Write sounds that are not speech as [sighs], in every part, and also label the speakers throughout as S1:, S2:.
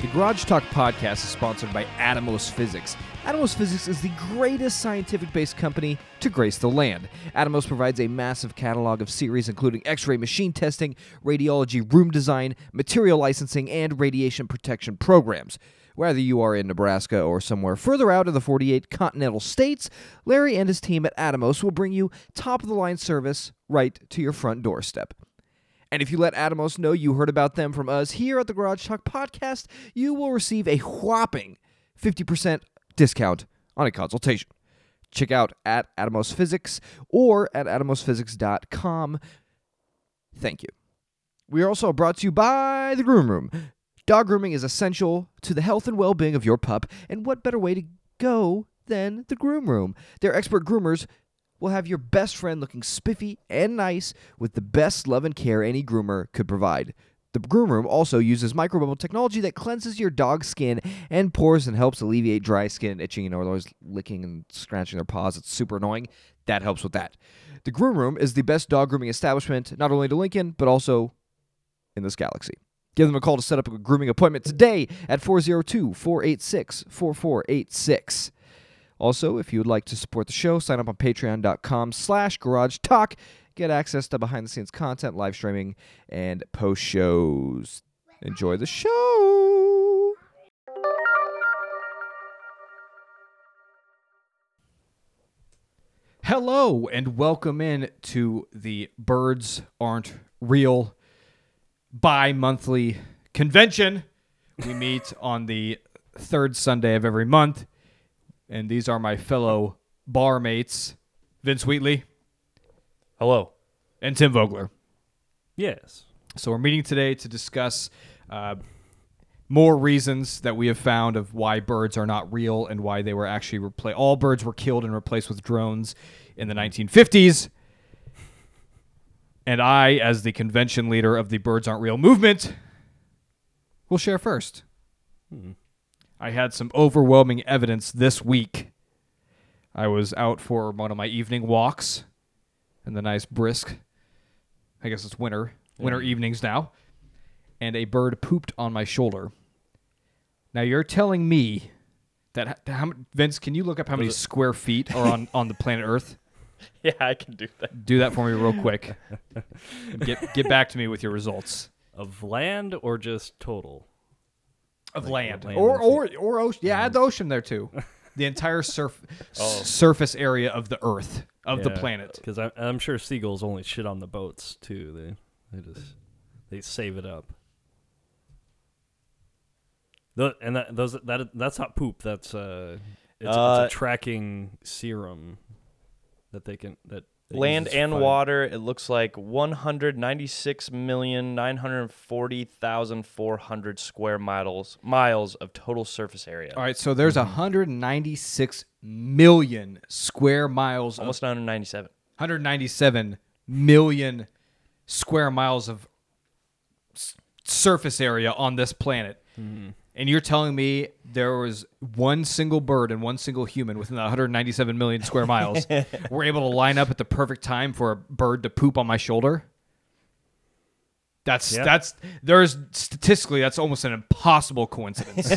S1: The Garage Talk podcast is sponsored by Atomos Physics. Atomos Physics is the greatest scientific based company to grace the land. Atomos provides a massive catalog of series including x ray machine testing, radiology room design, material licensing, and radiation protection programs. Whether you are in Nebraska or somewhere further out in the 48 continental states, Larry and his team at Atomos will bring you top of the line service right to your front doorstep. And if you let Atomos know you heard about them from us here at the Garage Talk podcast, you will receive a whopping 50% discount on a consultation. Check out at Atomos Physics or at atomosphysics.com. Thank you. We are also brought to you by The Groom Room. Dog grooming is essential to the health and well being of your pup, and what better way to go than The Groom Room? Their expert groomers will have your best friend looking spiffy and nice with the best love and care any groomer could provide. The Groom Room also uses microbubble technology that cleanses your dog's skin and pores and helps alleviate dry skin, itching, and always licking and scratching their paws. It's super annoying. That helps with that. The Groom Room is the best dog grooming establishment, not only to Lincoln, but also in this galaxy. Give them a call to set up a grooming appointment today at 402 486 4486. Also, if you would like to support the show, sign up on patreon.com slash garage talk. Get access to behind the scenes content, live streaming, and post shows. Enjoy the show. Hello and welcome in to the Birds Aren't Real bi monthly convention. We meet on the third Sunday of every month and these are my fellow barmates, Vince Wheatley
S2: Hello.
S1: and Tim Vogler.
S2: Yes.
S1: So we're meeting today to discuss uh, more reasons that we have found of why birds are not real and why they were actually replaced. All birds were killed and replaced with drones in the 1950s. And I, as the convention leader of the Birds Aren't Real movement, will share first. I had some overwhelming evidence this week. I was out for one of my evening walks in the nice brisk, I guess it's winter, winter evenings now, and a bird pooped on my shoulder. Now you're telling me that h- how m- Vince, can you look up how many square feet are on on the planet Earth?
S2: [laughs] Yeah, I can do that.
S1: Do that for me real
S2: [laughs]
S1: quick. Get get back to me with your results
S3: Of land or just total?
S1: of
S3: land. land
S1: or
S3: and
S1: or or ocean. Yeah, add the ocean there
S2: [laughs]
S1: too. The entire surf
S2: Oh.
S1: s- surface area of the Earth of the planet.
S3: Because I'm, I'm sure seagulls only shit on the boats too. They they just they save it up. Tho- and that those that that's not poop. That's uh, it's,
S2: Uh,
S3: it's a tracking serum that they can that they
S2: Land
S3: use to
S2: and
S3: find-
S2: water, it looks like 196,940,400 square miles miles of total surface area.
S1: All right, so there's
S2: Mm-hmm.
S1: 196 million square miles of
S2: Almost 997.
S1: 197 million square miles of s- surface area on this planet. And you're telling me there was one single bird and one single human within the 197 million square miles were able to line up at the perfect time for a bird to poop on my shoulder? That's
S3: Yeah.
S1: that's there's statistically that's almost an impossible coincidence.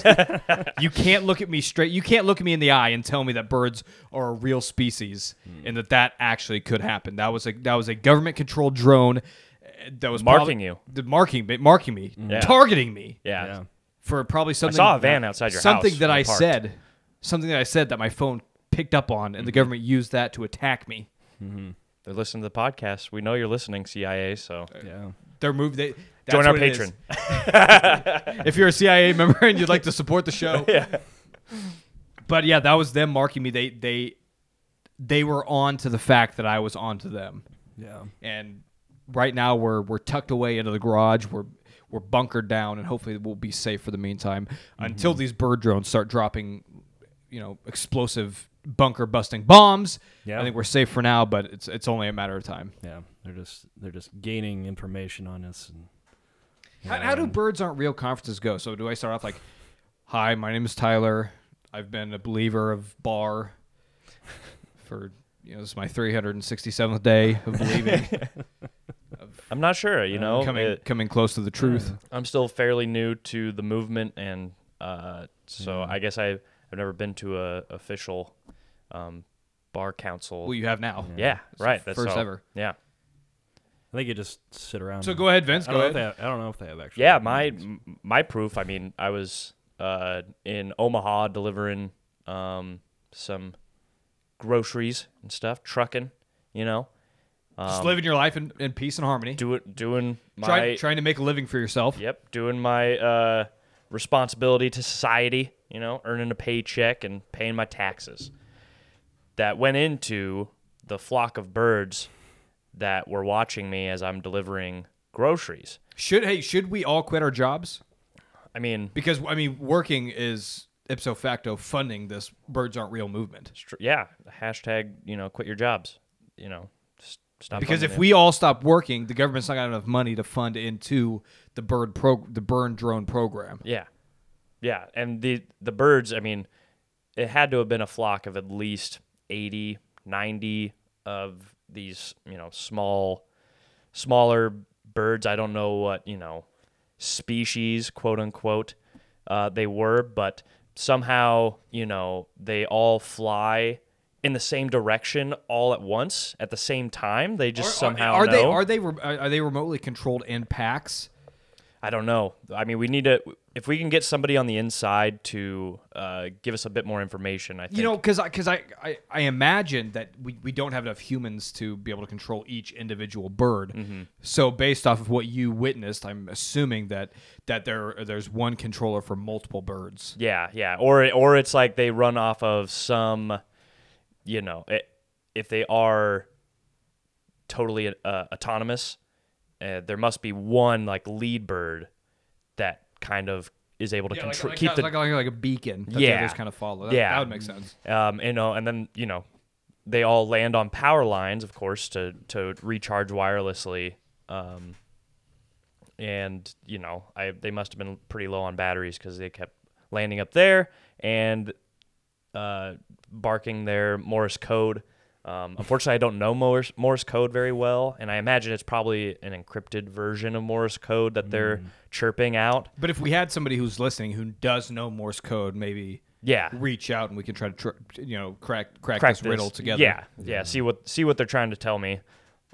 S1: you can't look at me straight. You can't look at me in the eye and tell me that birds are a real species and that that actually could happen. That was a that was a government controlled drone uh, that was
S2: Marking
S1: probably-
S2: you.
S1: the marking but marking me,
S2: Yeah.
S1: targeting me
S2: Yeah.
S3: Yeah.
S1: for probably something.
S2: saw a van outside your
S1: something
S2: house
S1: that
S2: when
S1: I
S2: I parked.
S1: said, something that I said that my phone picked up on,
S2: Mm-hmm.
S1: and the government used that to attack me.
S2: They're listening to the podcast. We know you're listening, CIA, so
S1: Uh,
S3: Yeah.
S1: Their move. They that's
S2: join our
S1: what it is.
S2: patron.
S1: [laughs] if you're a CIA member and you'd like to support the
S2: [laughs]
S1: show. yeah. But yeah, that was them marking me. They they they were on to the fact that I was on to them.
S3: Yeah.
S1: And right now we're we're tucked away into the garage. We're we're bunkered down and hopefully we'll be safe for the meantime until these bird drones start dropping, you know, explosive bunker busting bombs.
S3: Yeah.
S1: I think we're safe for now, but it's it's only a matter of time.
S3: Yeah. They're just they're just gaining information on us. And,
S1: How, how do
S2: Um,
S1: birds aren't real conferences go? So do I start off like, "Hi, my name is Tyler. I've been a believer of Bar
S2: [laughs]
S1: for you know this is my 367th day of believing of
S2: I'm not sure. You know,
S1: coming
S2: It-
S1: coming close to the truth.
S2: I'm still fairly new to the movement, and uh, so I guess I I've never been to a official um, bar council.
S1: Well, you have now.
S2: yeah,
S1: It's
S2: right.
S1: the
S2: That's
S1: first
S2: all.
S1: ever.
S2: Yeah,
S3: I think you just sit around.
S1: So
S2: um,
S3: and-
S1: go ahead, Vince. Go
S3: I don't, know if
S1: ahead.
S3: they have, I don't know if they have actually.
S2: yeah. My m- my proof. I mean, I was uh, in Omaha delivering um, some groceries and stuff, trucking. You know, Um,
S1: Just living your life in, in peace and harmony.
S2: doing doing my
S1: Try, trying to make a living for yourself.
S2: Yep, doing my uh, responsibility to society, you know, earning a paycheck and paying my taxes. That went into the flock of birds that were watching me as I'm delivering groceries.
S1: Should hey, should we all quit our jobs?
S2: I mean,
S1: Because I mean, working is ipso facto funding this birds aren't real movement.
S2: str- yeah, hashtag, you know, quit your jobs, you know, s- stop.
S1: Because
S2: funding
S1: if
S2: it.
S1: we all stop working, the government's not gonna have enough money to fund into the bird pro the burn drone program.
S2: Yeah. Yeah. And the the birds, I mean, it had to have been a flock of at least 80, 90 of these, you know, small smaller birds. I don't know what, you know, species, quote unquote, uh, they were, but somehow, you know, they all fly in the same direction all at once at the same time. They just somehow
S1: are,
S2: know.
S1: they are they re- are they remotely controlled in packs?
S2: I don't know. I mean, we need to. If we can get somebody on the inside to uh, give us a bit more information, I think.
S1: You know, because I because I, I I imagine that we, we don't have enough humans to be able to control each individual bird.
S2: Mm-hmm.
S1: So based off of what you witnessed, I'm assuming that that there there's one controller for multiple birds.
S2: yeah, yeah. Or or it's like they run off of some, you know, i if they are totally uh, autonomous, uh, there must be one like lead bird that kind of is able to control keep the
S1: like, like, like a beacon. That
S2: Yeah.
S1: the others kind of follow. That,
S2: Yeah.
S1: that would make sense.
S2: um, you know, and then you know, they all land on power lines, of course, to to recharge wirelessly. Um, and you know, I they must have been pretty low on batteries because they kept landing up there and uh, barking their Morse code. Um, unfortunately, I don't know Morse, Morse code very well, and I imagine it's probably an encrypted version of Morse code that they're chirping out.
S1: But if we had somebody who's listening who does know Morse code, maybe
S2: Yeah,
S1: reach out and we can try to tr- you know crack crack,
S2: crack
S1: this, riddle together.
S2: Yeah, yeah. See what see what they're trying to tell me.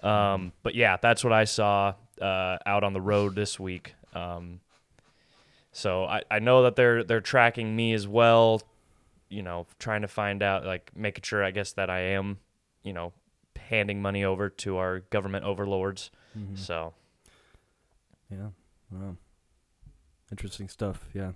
S2: Um, but yeah, that's what I saw uh, out on the road this week. Um, so I, I know that they're they're tracking me as well. You know, trying to find out, like making sure, I guess, that I am, you know, handing money over to our government overlords.
S3: Mm-hmm.
S2: So
S3: Yeah. Wow. Interesting stuff. Yeah.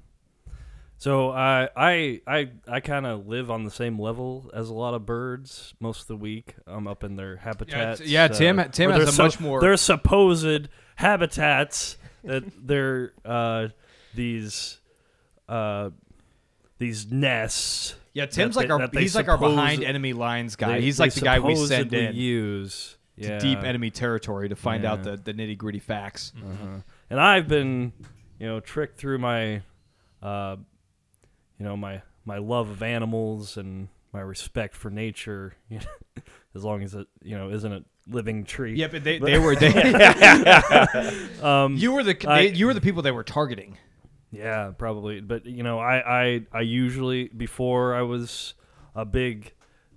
S3: So I I I I kind of live on the same level as a lot of birds most of the week. I'm up in their habitats.
S1: yeah, Tim- Tim
S3: where
S1: has
S3: they're
S1: a much more-
S3: Their supposed habitats that they're uh, these uh, these nests.
S1: Yeah, Tim's
S3: that
S1: like
S3: they-
S1: our
S3: that they
S1: he's like our
S3: suppose-
S1: behind enemy lines guy.
S3: they-
S1: he's
S3: they
S1: like the guy we send
S3: supposedly
S1: in
S3: Use
S1: to
S3: yeah.
S1: deep enemy territory to find out
S3: Yeah.
S1: the, the nitty gritty facts.
S3: Uh-huh. And I've been, you know, tricked through my, uh, you know, my my love of animals and my respect for nature. [laughs] You know, as long as it, you know, isn't a living tree.
S1: Yeah, but they, they were
S3: [laughs]
S1: they [laughs]
S3: Um,
S1: you were the
S3: I-
S1: they, you were the people they were targeting.
S3: Yeah, probably. But you know, I I I usually before I was a big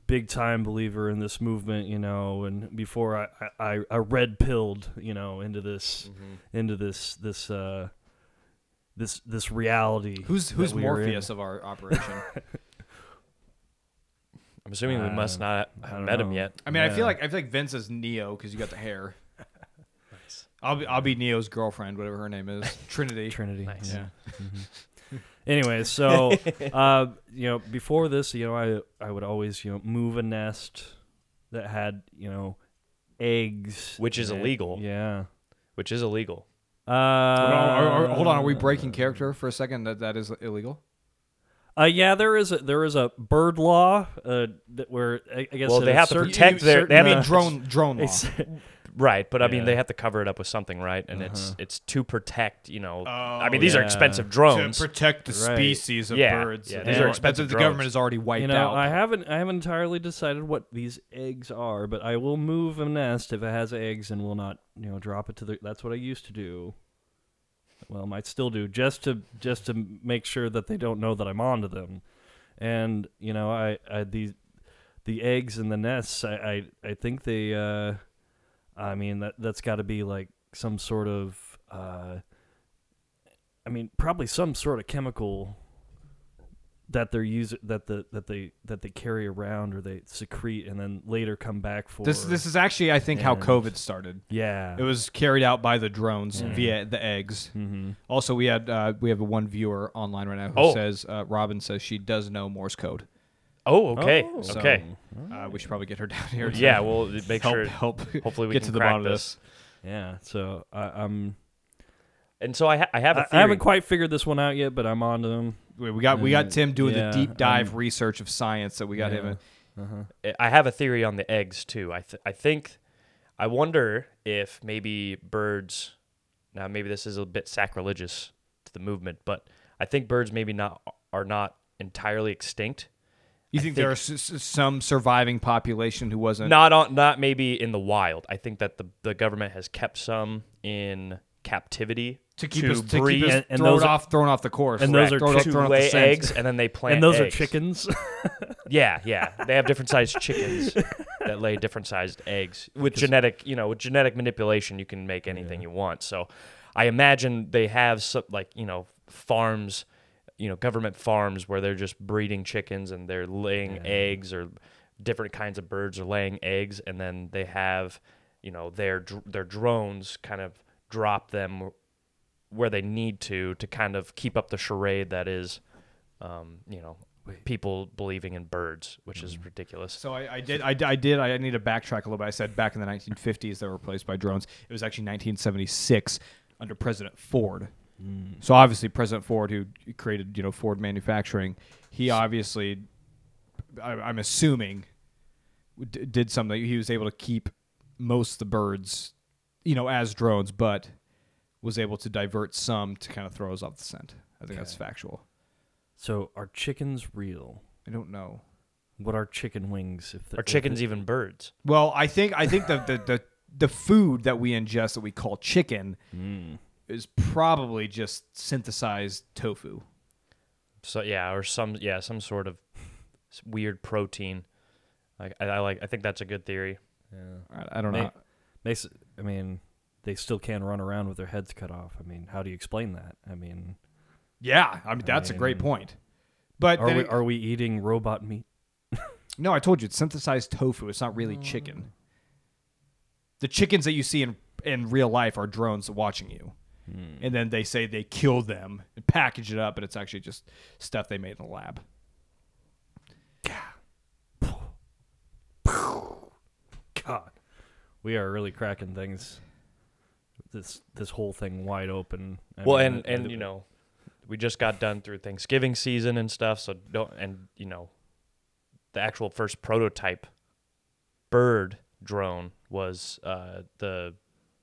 S3: big time believer in this movement, you know, and before I I, I red pilled, you know, into this
S1: Mm-hmm.
S3: into this this uh this this reality.
S1: Who's
S3: that
S1: who's
S3: we are in.
S1: Morpheus of our operation?
S2: I'm assuming we must
S3: Uh,
S2: not
S3: I
S2: have
S3: don't
S2: met him
S3: know.
S2: yet.
S1: I mean, I
S3: Yeah.
S1: feel like I feel like Vince is Neo because you got the
S3: [laughs]
S1: hair. I'll be I'll be Neo's girlfriend, whatever her name
S3: [laughs]
S1: is, Trinity.
S3: Trinity.
S2: Nice.
S3: Yeah. Mm-hmm. anyway,
S2: [laughs]
S3: so uh, you know, before this, you know, I I would always you know move a nest that had you know eggs,
S2: Which is
S3: in it.
S2: illegal.
S3: Yeah.
S2: Which is illegal.
S3: Uh,
S1: Hold on, are- are- hold on, are we breaking character for a second? That that is illegal.
S3: Uh, yeah, there is a, there is a bird law uh, that where I, I guess
S2: Well,
S3: that
S2: they
S3: a
S2: have to
S3: certain-
S2: protect their- they
S1: I
S2: have
S3: certain,
S1: mean
S3: uh,
S1: drone drone law.
S3: it's-
S2: Right, but I mean
S3: Yeah. Uh-huh.
S2: they have to cover it up with something, right? And it's it's to protect, you know. I mean
S1: Oh,
S2: these are
S3: yeah.
S2: expensive
S1: to
S2: [laughs] drones.
S1: protect the
S3: Right.
S1: species of
S2: Yeah,
S1: birds.
S2: yeah,
S1: and
S2: these
S3: are
S1: all-
S2: expensive
S1: that's what the
S2: drones.
S1: government has already wiped
S3: You know,
S1: out.
S3: I haven't I haven't entirely decided what these eggs are, but I will move a nest if it has eggs and will not, you know, drop it to the That's what I used to do. Well, might still do just to just to make sure that they don't know that I'm onto them. And, you know, I I these the eggs and the nests, I I, I think they uh I mean that that's got to be like some sort of uh I mean, probably some sort of chemical that they're using that the that they that they carry around or they secrete and then later come back for.
S1: this this is actually, I think, how
S3: And-
S1: COVID started.
S3: yeah.
S1: It was carried out by the drones via the eggs.
S2: Hmm.
S3: Mhm.
S1: Also, we had uh, we have one viewer online right now who
S2: Oh.
S1: says uh, Robin says she does know Morse code.
S2: oh, okay,
S3: Oh.
S1: So,
S2: okay.
S1: Uh, we should probably get her [laughs] down here. to
S2: Hmm. yeah, well, make
S1: help,
S2: sure.
S1: help.
S2: Hopefully, we
S1: get
S2: can
S1: to the
S2: crack
S1: bottom of
S2: this.
S1: this.
S3: Yeah. So I, I'm
S2: And so I, ha- I have
S3: I,
S2: a
S3: I
S2: theory.
S3: haven't quite figured this one out yet, but I'm on to them.
S1: We we got we
S3: Uh,
S2: Hmm.
S1: got Tim doing
S3: yeah,
S1: the deep dive research of science that we got him.
S3: Yeah.
S1: in.
S2: I have a theory on the eggs too. I th- I think I wonder if maybe birds now maybe this is a bit sacrilegious to the movement, but I think birds maybe not are not entirely extinct.
S1: You
S2: I
S1: think,
S2: think-
S1: there are s- s- some surviving population who wasn't?
S2: Not on not maybe in the wild. I think that the the government has kept some in captivity
S1: to keep us, to
S2: breed
S1: keep us
S3: And- and
S1: thrown
S3: those are-
S1: off thrown off the course.
S3: and those
S1: Correct.
S3: are
S1: thrown off-
S3: chick-
S1: thrown
S2: to
S1: off the
S2: lay
S1: scent.
S2: eggs and then they plant
S3: and those
S2: eggs.
S3: are chickens. [laughs]
S2: Yeah, yeah. They have different sized chickens that lay different sized eggs. With genetic, you know, with genetic manipulation, you can make anything you want. So, I imagine they have some like you know farms, you know, government farms where they're just breeding chickens and they're laying eggs or different kinds of birds are laying eggs, and then they have, you know, their dr- their drones kind of drop them where they need to to kind of keep up the charade that is um, you know people believing in birds which is ridiculous
S1: So I, I did I, I did I need to backtrack a little bit. I said back in the 1950s they were replaced by drones. It was actually 1976 under President Ford. So obviously President Ford, who created you know Ford Manufacturing, he obviously, I, I'm assuming, d- did something. He was able to keep most of the birds, you know, as drones, but was able to divert some to kind of throw us off the scent. I think that's factual.
S3: so are chickens real?
S1: I don't know.
S3: What are chicken wings? If the,
S2: are
S3: if
S2: chickens
S3: the-
S2: even birds
S1: Well, I think I think the the the, the food that we ingest that we call chicken
S3: Hmm.
S1: is probably just synthesized tofu.
S2: so yeah or some yeah some sort of s- weird protein like I, I like i think that's a good theory
S1: I, I don't
S3: May-
S1: know.
S3: They, s- I mean, they still can run around with their heads cut off. I mean, how do you explain that? I mean,
S1: Yeah, I mean that's a great point. But
S3: are
S1: then
S3: we
S1: it-
S3: are we eating robot meat? [laughs]
S1: no, I told you it's synthesized tofu. It's not really chicken. The chickens that you see in in real life are drones watching you.
S3: Hmm.
S1: And then they say they kill them and package it up, but it's actually just stuff they made in a lab.
S3: God, we are really cracking things. This this whole thing wide open. I
S2: well
S3: mean,
S2: and
S3: I-
S2: and you know we just got done through thanksgiving season and stuff so don't and you know the actual first prototype bird drone was uh the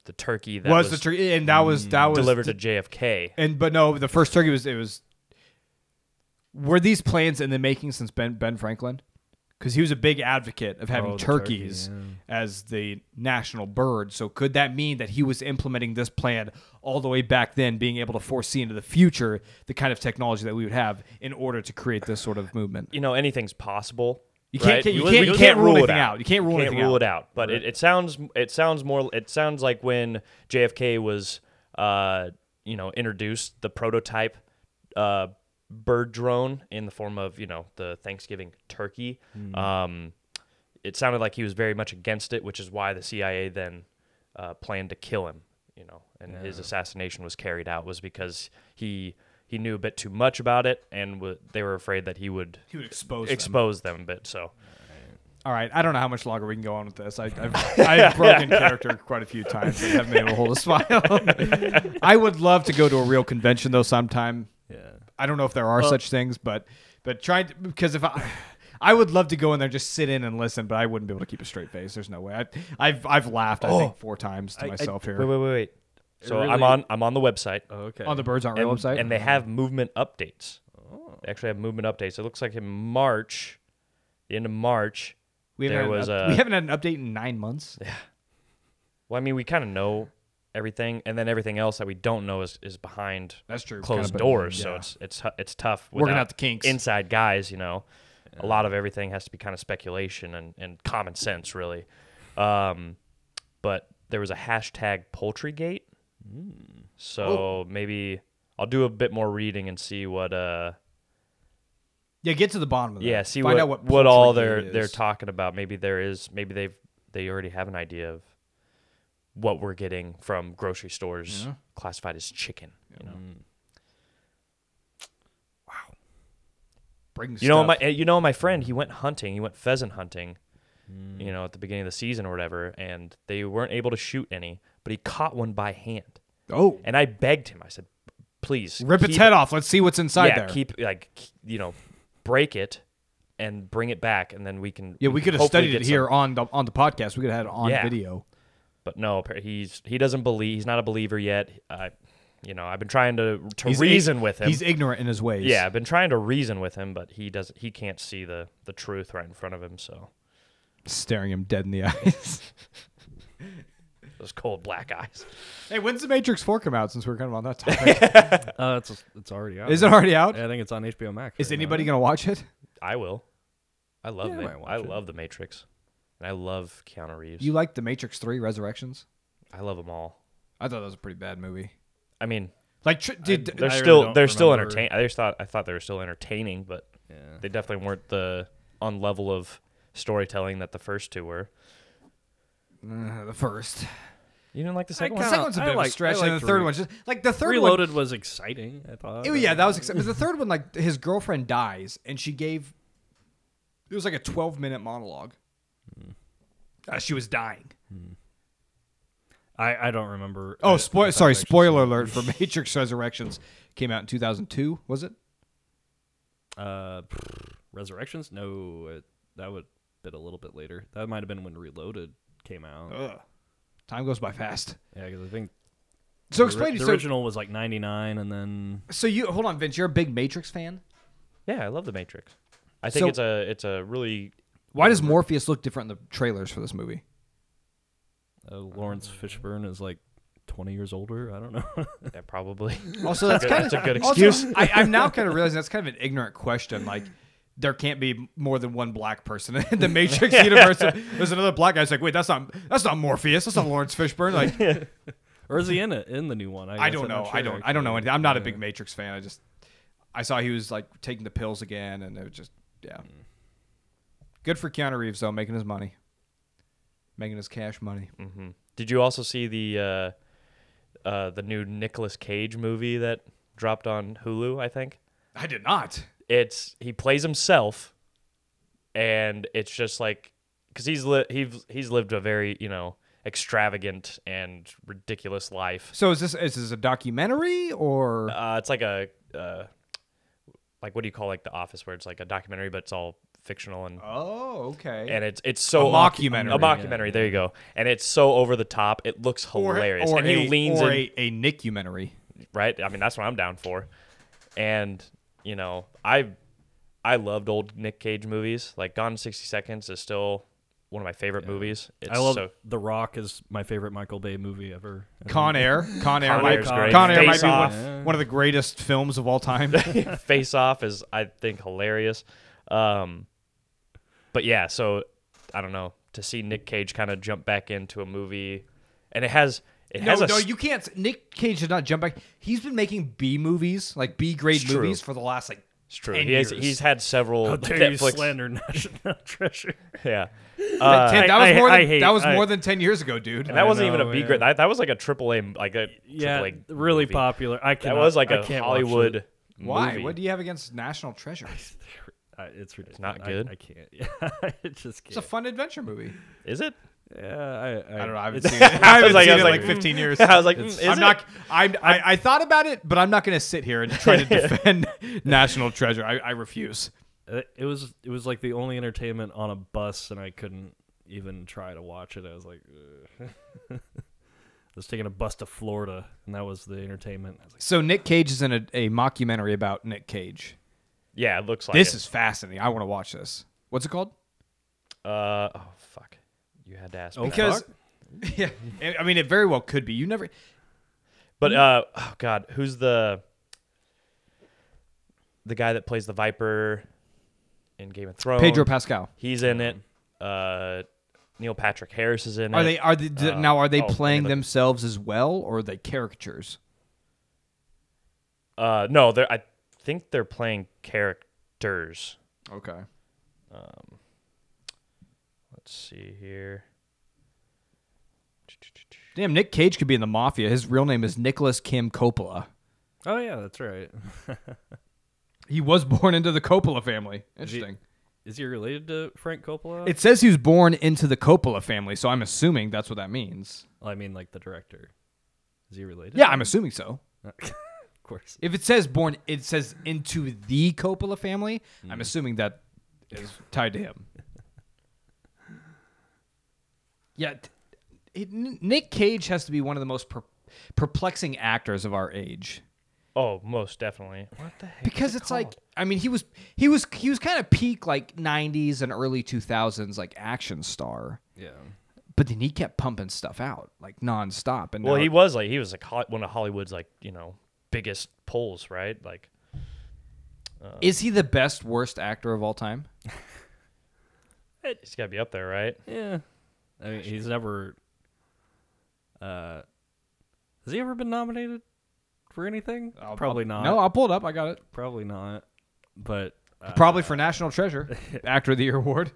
S2: the turkey that was,
S1: was, the tree and that was that was
S2: delivered
S1: the-
S2: to jfk
S1: And but no, the first turkey was it was. Were these plans in the making since Ben Ben Franklin? Because he was a big advocate of having
S3: Oh, the turkey,
S1: turkeys
S3: yeah.
S1: as the national bird. So could that mean that he was implementing this plan all the way back then, being able to foresee into the future the kind of technology that we would have in order to create this sort of movement?
S2: you know anything's possible.
S1: You can't-
S2: right?
S1: can't- you
S2: We-
S1: can't-
S2: we
S1: you can't rule anything out. You can't rule anything
S2: rule
S1: out.
S2: it out. But it, it sounds it sounds more it sounds like when JFK was uh you know introduced the prototype uh bird drone in the form of you know the Thanksgiving turkey.
S1: Hmm.
S2: Um, it sounded like he was very much against it, which is why the CIA then uh, planned to kill him. You know, and his assassination was carried out was because he he knew a bit too much about it, and w- they were afraid that he would
S1: He would expose them.
S2: expose them a bit. So
S1: All right, I don't know how much longer we can go on with this. I, I've, I've broken character quite a few times. I haven't been able to hold a smile. [laughs] I would love to go to a real convention though sometime.
S3: Yeah.
S1: I don't know if there are such things, but but trying to because if I I would love to go in there and just sit in and listen, but I wouldn't be able to keep a straight face. There's no way. I, I've I've laughed I think four times to
S3: I- I-
S1: myself here
S2: Wait, wait, wait, wait. So
S3: really-
S2: I'm on I'm on the website.
S3: okay.
S1: on the Birds Aren't
S2: and,
S1: Real website.
S2: and they have movement updates.
S3: Oh.
S2: They actually have movement updates. It looks like in March, the end of March,
S1: we haven't
S2: there
S1: had an
S2: was
S1: up-
S2: a.
S1: we haven't had an update in nine months.
S2: well, I mean, we kind of know everything, and then everything else that we don't know is, is behind
S1: That's true.
S2: closed
S1: Kinda, but-
S2: doors. So
S1: yeah.
S2: it's it's hu- it's tough
S1: Working
S2: without
S1: out the kinks.
S2: inside guys. You know, a lot of everything has to be kind of speculation and, and common sense, really. Um, but there was a hashtag poultrygate,
S1: Mm.
S2: so maybe I'll do a bit more reading and see what uh
S1: yeah, get to the bottom of that.
S2: yeah see
S1: Find
S2: what
S1: out
S2: what,
S1: what,
S2: all they're
S1: poultry gate
S2: they're
S1: is.
S2: talking about. Maybe there is maybe they've they already have an idea of what we're getting from grocery stores
S1: Yeah.
S2: classified as chicken. You know.
S1: Bring
S2: You know,
S1: stuff.
S2: my eh, you know my friend. He went hunting. He went pheasant hunting.
S1: Hmm.
S2: You know, at the beginning of the season or whatever, and they weren't able to shoot any, but he caught one by hand.
S1: oh,
S2: And I begged him. I said, "Please
S1: rip its
S2: keep-
S1: head off. Let's see what's inside
S2: yeah,
S1: there.
S2: keep like k- you know, break it and bring it back, and then we can.
S1: yeah, we
S2: can
S1: could have
S2: hopefully
S1: studied
S2: get
S1: it here
S2: some."
S1: on the on the podcast. We could have had it on
S2: Yeah.
S1: video.
S2: but no, appar- he's he doesn't believe. He's not a believer yet. I, you know, I've been trying to to
S1: He's ig-
S2: reason with him.
S1: He's ignorant in his ways.
S2: yeah, I've been trying to reason with him, but he doesn't. He can't see the the truth right in front of him. So
S1: staring him dead in the [laughs] eyes.
S2: those cold black [laughs] eyes.
S1: hey, when's the Matrix Four come out? Since we're kind of on [laughs] that topic,
S3: uh, it's it's already out.
S1: is it already out?
S3: Yeah, I think it's on HBO Max.
S1: Is
S3: right now.
S1: anybody gonna watch it?
S2: I will. I love
S3: Yeah, I
S2: Ma-
S3: might watch
S2: I
S3: it.
S2: love the Matrix, and I love Keanu Reeves.
S1: You like the Matrix Three Resurrections?
S2: I love them all.
S1: I thought that was a pretty bad movie.
S2: I mean,
S1: Like, tr- dude,
S2: they're
S3: I really
S2: still
S3: don't
S2: they're still
S3: remember.
S2: entertaining. I just thought I thought they were still entertaining, but
S3: Yeah.
S2: they definitely weren't the on level of storytelling that the first two were.
S1: uh, the first,
S2: You didn't like the second
S1: the
S2: one?
S1: second one's a
S3: I
S1: bit of
S3: like-
S1: a stretch,
S3: I
S1: and
S3: like
S1: the third
S3: three.
S1: one's just like the third one.
S3: Reloaded was exciting. I thought.
S1: Oh yeah, that was exciting. But the third one, like his girlfriend dies, and she gave it was like a twelve minute monologue. Uh, she was dying.
S3: I, I don't remember.
S1: Oh,
S3: I-
S1: spoil!
S3: if
S1: Sorry,
S3: I've actually
S1: spoiler alert for [laughs] Matrix Resurrections came out in two thousand two. Was it?
S3: seen- Uh, pfft, Resurrections? No, it, that would been a little bit later. That might have been when Reloaded came out.
S1: Ugh. Time goes by fast.
S3: Yeah, because I think
S1: So
S3: the, ri-
S1: explain.
S3: the
S1: So,
S3: original was like '99, and then
S1: so you hold on, Vince. You're a big Matrix fan.
S2: Yeah, I love the Matrix. I think
S1: So-
S2: it's a it's a really
S1: Why does Morpheus look different in the trailers for this movie?
S3: uh, Lawrence Fishburne is like 20 years older. I don't know. [laughs]
S2: yeah, probably [laughs]
S1: Also, that's
S2: Good-
S1: kind of
S2: that's a good
S1: also,
S2: [laughs] excuse.
S1: I, I'm now kind of realizing that's kind of an ignorant question. Like, there can't be more than one black person in the
S2: [laughs]
S1: Matrix universe. There's another black guy. It's like, wait, that's not that's not Morpheus. That's not Lawrence Fishburne. Like,
S3: or is he in it in the new one?
S1: I
S3: guess
S1: don't
S3: I'm not
S1: know.
S3: sure,
S1: I don't. I don't know
S3: actually.
S1: anything. I'm not a big Matrix fan. I just I saw he was like taking the pills again, and it was just yeah.
S2: Hmm.
S1: Good for Keanu Reeves though, making his money, making his cash money.
S2: hmm Did you also see the uh, uh, the new Nicolas Cage movie that dropped on Hulu? I think
S1: I did not.
S2: it's he plays himself, and it's just like because he's li- he's he's lived a very you know extravagant and ridiculous life.
S1: So is this is this a documentary or
S2: Uh, it's like a uh, like what do you call like The Office where it's like a documentary but it's all fictional and
S1: oh okay
S2: and it's it's so
S1: A mockumentary.
S2: A mockumentary. There you go. And it's so over the top. It looks hilarious. and he
S1: a,
S2: leans
S1: or
S2: in,
S1: a, a nickumentary.
S2: right? I mean, that's what I'm down for. And you know, I I loved old Nick Cage movies. Like Gone in 60 Seconds is still one of my favorite movies. It's
S3: I love [laughs]
S2: so,
S3: The Rock is my favorite Michael Bay movie ever. I
S1: Con Air, Con Air,
S2: Con
S1: might,
S2: Air's
S3: great.
S1: Con Air might
S2: Face
S1: be
S2: Off.
S1: one, one of the greatest films of all
S2: [laughs]
S1: time.
S2: Face Off is I think hilarious. Um, but yeah, so I don't know to see Nick Cage kind of jump back into a movie, and it has it
S1: no,
S2: has a
S1: no,
S2: s-
S1: you can't. Nick Cage did not jump back. He's been making B movies, like B grade
S2: It's true.
S1: movies, for the last like
S2: it's true.
S1: 10
S2: He has,
S1: years.
S2: he's had several
S3: think. How dare you
S2: Netflix
S3: slander [laughs] National Treasure?
S2: [laughs]
S3: [laughs]
S2: Yeah. uh,
S1: Ten-
S3: I-
S1: that was
S3: I-
S1: more. Than,
S3: I hate-
S1: that was
S3: I-
S1: more than ten years ago, dude.
S2: And that
S3: I
S2: wasn't even
S3: know,
S2: a B
S3: yeah.
S2: grade. That, that was like a triple A, like a
S3: Yeah,
S2: triple A
S3: really
S2: movie.
S3: popular. I
S2: That
S3: cannot-
S2: was like
S3: I
S2: a
S3: can't watch
S2: Hollywood.
S3: it.
S1: Why?
S2: movie.
S1: What do you have against National Treasure? It's
S3: I, it's ridiculous.
S2: not
S3: I-
S2: good?
S3: I, can't. [laughs] Yeah, I just
S1: a
S3: can't.
S1: fun adventure movie.
S2: Is it?
S3: yeah, I, I,
S1: I don't know. I haven't
S3: it's- [laughs]
S1: seen it. I haven't
S2: was like-
S1: seen
S2: [laughs] I was
S1: it in like
S2: like,
S1: fifteen years.
S2: [laughs] I was like, mm, is
S1: I'm
S2: it?
S1: not. I'm, I
S2: [laughs]
S1: [laughs] I thought about it, but I'm not going to sit here and try to defend National Treasure. I, I refuse.
S3: uh, it was it was like the only entertainment on a bus, and I couldn't even try to watch it. I was like, ugh. [laughs] I was taking a bus to Florida, and that was the entertainment. I was like,
S1: So Nick Cage is in a, a mockumentary about Nick Cage.
S2: Oh, Yeah, it looks like
S1: this
S2: it.
S1: is fascinating. I want to watch this. What's it called?
S2: Uh oh fuck. You had to
S3: Oh,
S2: ask. me that.
S1: Because [laughs] yeah, I mean it very well could be. You never
S2: But uh, oh god, who's the the guy that plays the Viper in Game of Thrones?
S1: Pedro Pascal.
S2: He's in it. Uh, Neil Patrick Harris is in
S1: Are
S2: it.
S1: they are they, d
S2: Uh,
S1: now are they
S2: oh, I
S1: playing
S2: gotta-
S1: themselves as well or are they caricatures?
S2: Uh, no, they're. I think they're playing characters.
S1: Okay.
S2: Um, let's see here.
S1: Damn, Nick Cage could be in the mafia. His real name is Nicholas Kim Coppola.
S3: oh yeah, that's right.
S1: He was [laughs] born into the Coppola family. Interesting.
S3: Is he related to Frank Coppola?
S1: It says he was born into the Coppola family, so I'm assuming that's what that means.
S3: I mean, like the director. Is he related?
S1: Yeah, I'm assuming so.
S3: [laughs] of course.
S1: If it says born, it says into the Coppola family. I'm assuming that is tied to him. yeah, t- it, N- Nick Cage has to be one of the most per- perplexing actors of our age
S2: Oh, most definitely. What the heck?
S1: because it's like I mean he was he was he was kind of peak like '90s and early 2000s like action star,
S3: Yeah.
S1: but then he kept pumping stuff out like nonstop. And
S2: Well,
S1: now-
S2: he was like he was like Hol- one of Hollywood's like you know biggest pulls, right? Like
S1: is he the best worst actor of all time?
S2: he's got to be up there, right?
S3: Yeah. I mean, he's never. Uh, has he ever been nominated for anything? Probably not.
S1: No, I'll pull it up. I got it.
S3: probably not. But uh,
S1: Probably for National Treasure,
S3: [laughs]
S1: Actor of the Year award.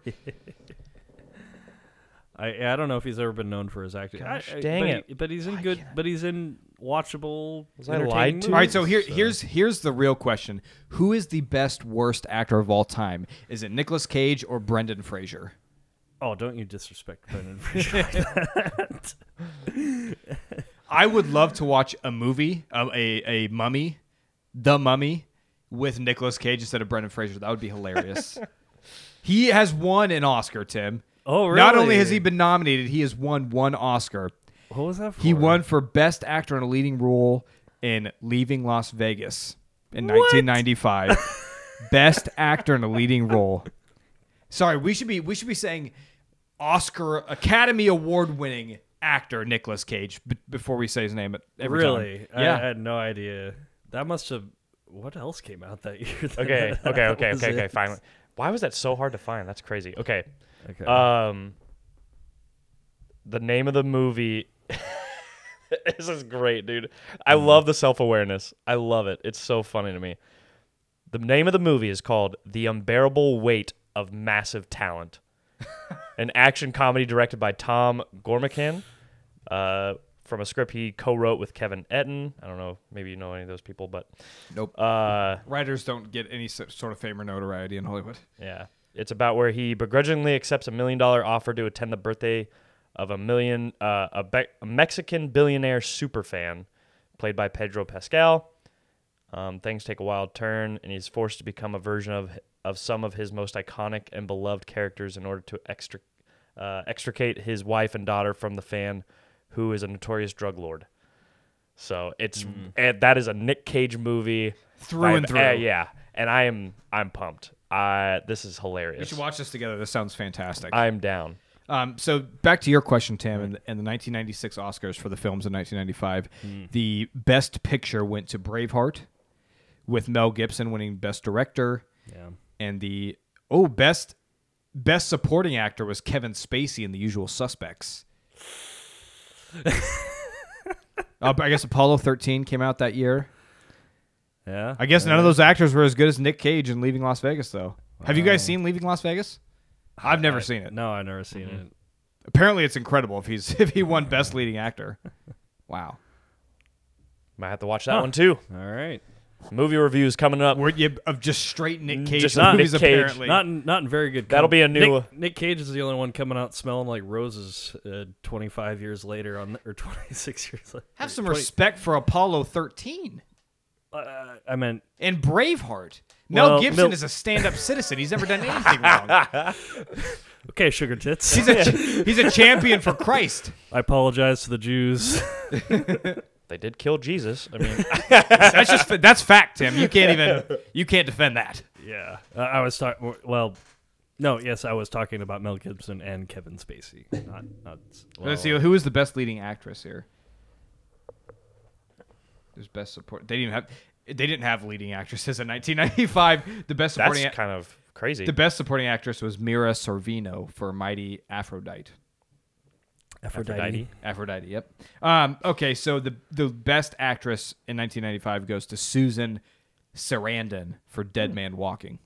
S3: I I don't know if he's ever been known for his acting. I-
S2: Gosh,
S3: I-
S2: dang
S3: but
S2: it.
S3: He, but he's in good. But he's in watchable.
S2: Was I lied
S3: entertaining
S2: to?
S1: All right,
S3: movies.
S1: so here, here's here's the real question: Who is the best worst actor of all time? Is it Nicolas Cage or Brendan Fraser?
S3: Oh, don't you disrespect Brendan Fraser like that?
S1: I would love to watch a movie, a a, a Mummy, The Mummy, with Nicolas Cage instead of Brendan Fraser. That would be
S3: [laughs]
S1: hilarious. he has won an Oscar, Tim.
S3: Oh,
S1: Not only has
S3: really?
S1: he been nominated, he has won one Oscar.
S3: What was that for?
S1: He won for Best Actor in a Leading Role in Leaving Las Vegas in [laughs] 1995. Best Actor in a Leading Role. Sorry, we should be we should be saying Oscar Academy Award winning actor Nicolas Cage b- before we say his name. at- Every
S3: Really?
S1: time.
S3: Uh, I, I
S1: Yeah.
S3: had no idea. That must have. What else came out that year? [laughs] that-
S2: Okay,
S3: that
S2: okay, okay,
S3: was
S2: okay, [laughs] okay.
S3: it?
S2: Finally, why was that so hard to find? That's crazy. Okay,
S3: Okay.
S2: um, the name of the movie. [laughs] this is great, dude. I love the self awareness. I love it. It's so funny to me. The name of the movie is called "The Unbearable Weight of Massive Talent," an action comedy directed by Tom Gormican, uh, from a script he co-wrote with Kevin Etten. I don't know. Maybe you know any of those people, but
S1: Nope.
S2: uh,
S1: Writers don't get any so- sort of fame or notoriety in Hollywood.
S2: Yeah. It's about where he begrudgingly accepts a million dollar offer to attend the birthday of a million uh, a, be- a Mexican billionaire superfan played by Pedro Pascal. Um, things take a wild turn, and he's forced to become a version of of some of his most iconic and beloved characters in order to extric- uh, extricate his wife and daughter from the fan, who is a notorious drug lord. So it's eh, that is a Nick Cage movie
S1: Through and
S2: eh,
S1: through.
S2: yeah, and I am I'm pumped. I this is
S1: We
S2: hilarious.
S1: should watch this together. This sounds fantastic.
S2: I'm down.
S1: Um, so back to your question, Tim, and, and the 1996 Oscars for the films in 1995. The Best Picture went to Braveheart, with Mel Gibson winning Best Director,
S3: yeah.
S1: and the oh best Best Supporting Actor was Kevin Spacey in The Usual Suspects. Uh, I guess Apollo 13 came out that year.
S3: Yeah.
S1: I guess none of those actors were as good as Nick Cage in Leaving Las Vegas, though. Have you guys seen Leaving Las Vegas? I've never seen it.
S3: No, I've never seen it.
S1: Apparently, it's incredible if he's [laughs] if he won Best Leading Actor. Wow.
S2: Might have to watch that one too.
S3: All right.
S2: Movie reviews coming up.
S1: Were you of just straight Nick Cage
S2: Just
S3: not
S1: movies?
S2: Nick Cage,
S1: apparently,
S3: Not in, not in very good.
S2: That'll be a new- uh,
S3: Nick, Nick Cage is the only one coming out smelling like roses. Uh, Twenty five years later on, or [laughs] twenty six years later.
S1: have some
S3: 20
S1: respect for Apollo 13
S3: Uh, I meant
S1: and Braveheart. Mel
S3: Well,
S1: Gibson
S3: Mil-
S1: is a stand-up citizen. He's never done anything wrong.
S3: Okay, sugar tits.
S1: He's a ch- he's a champion for Christ.
S3: I apologize to the Jews. [laughs]
S2: They did kill Jesus. I mean,
S1: That's just that's fact, Tim. You can't even you can't defend that.
S3: yeah, uh, I was talking. Well, no, yes, I was talking about Mel Gibson and Kevin Spacey. Not, not.
S1: Let's see
S3: well,
S1: who is the best leading actress here. There's best support. They didn't have they didn't have leading actresses in 1995. The best
S2: that's
S1: supporting ac-
S2: kind of crazy.
S1: the best supporting actress was Mira Sorvino for Mighty Aphrodite.
S2: Aphrodite.
S1: Aphrodite, yep. Um, okay, so the the best actress in 1995 goes to Susan Sarandon for Dead Man Walking.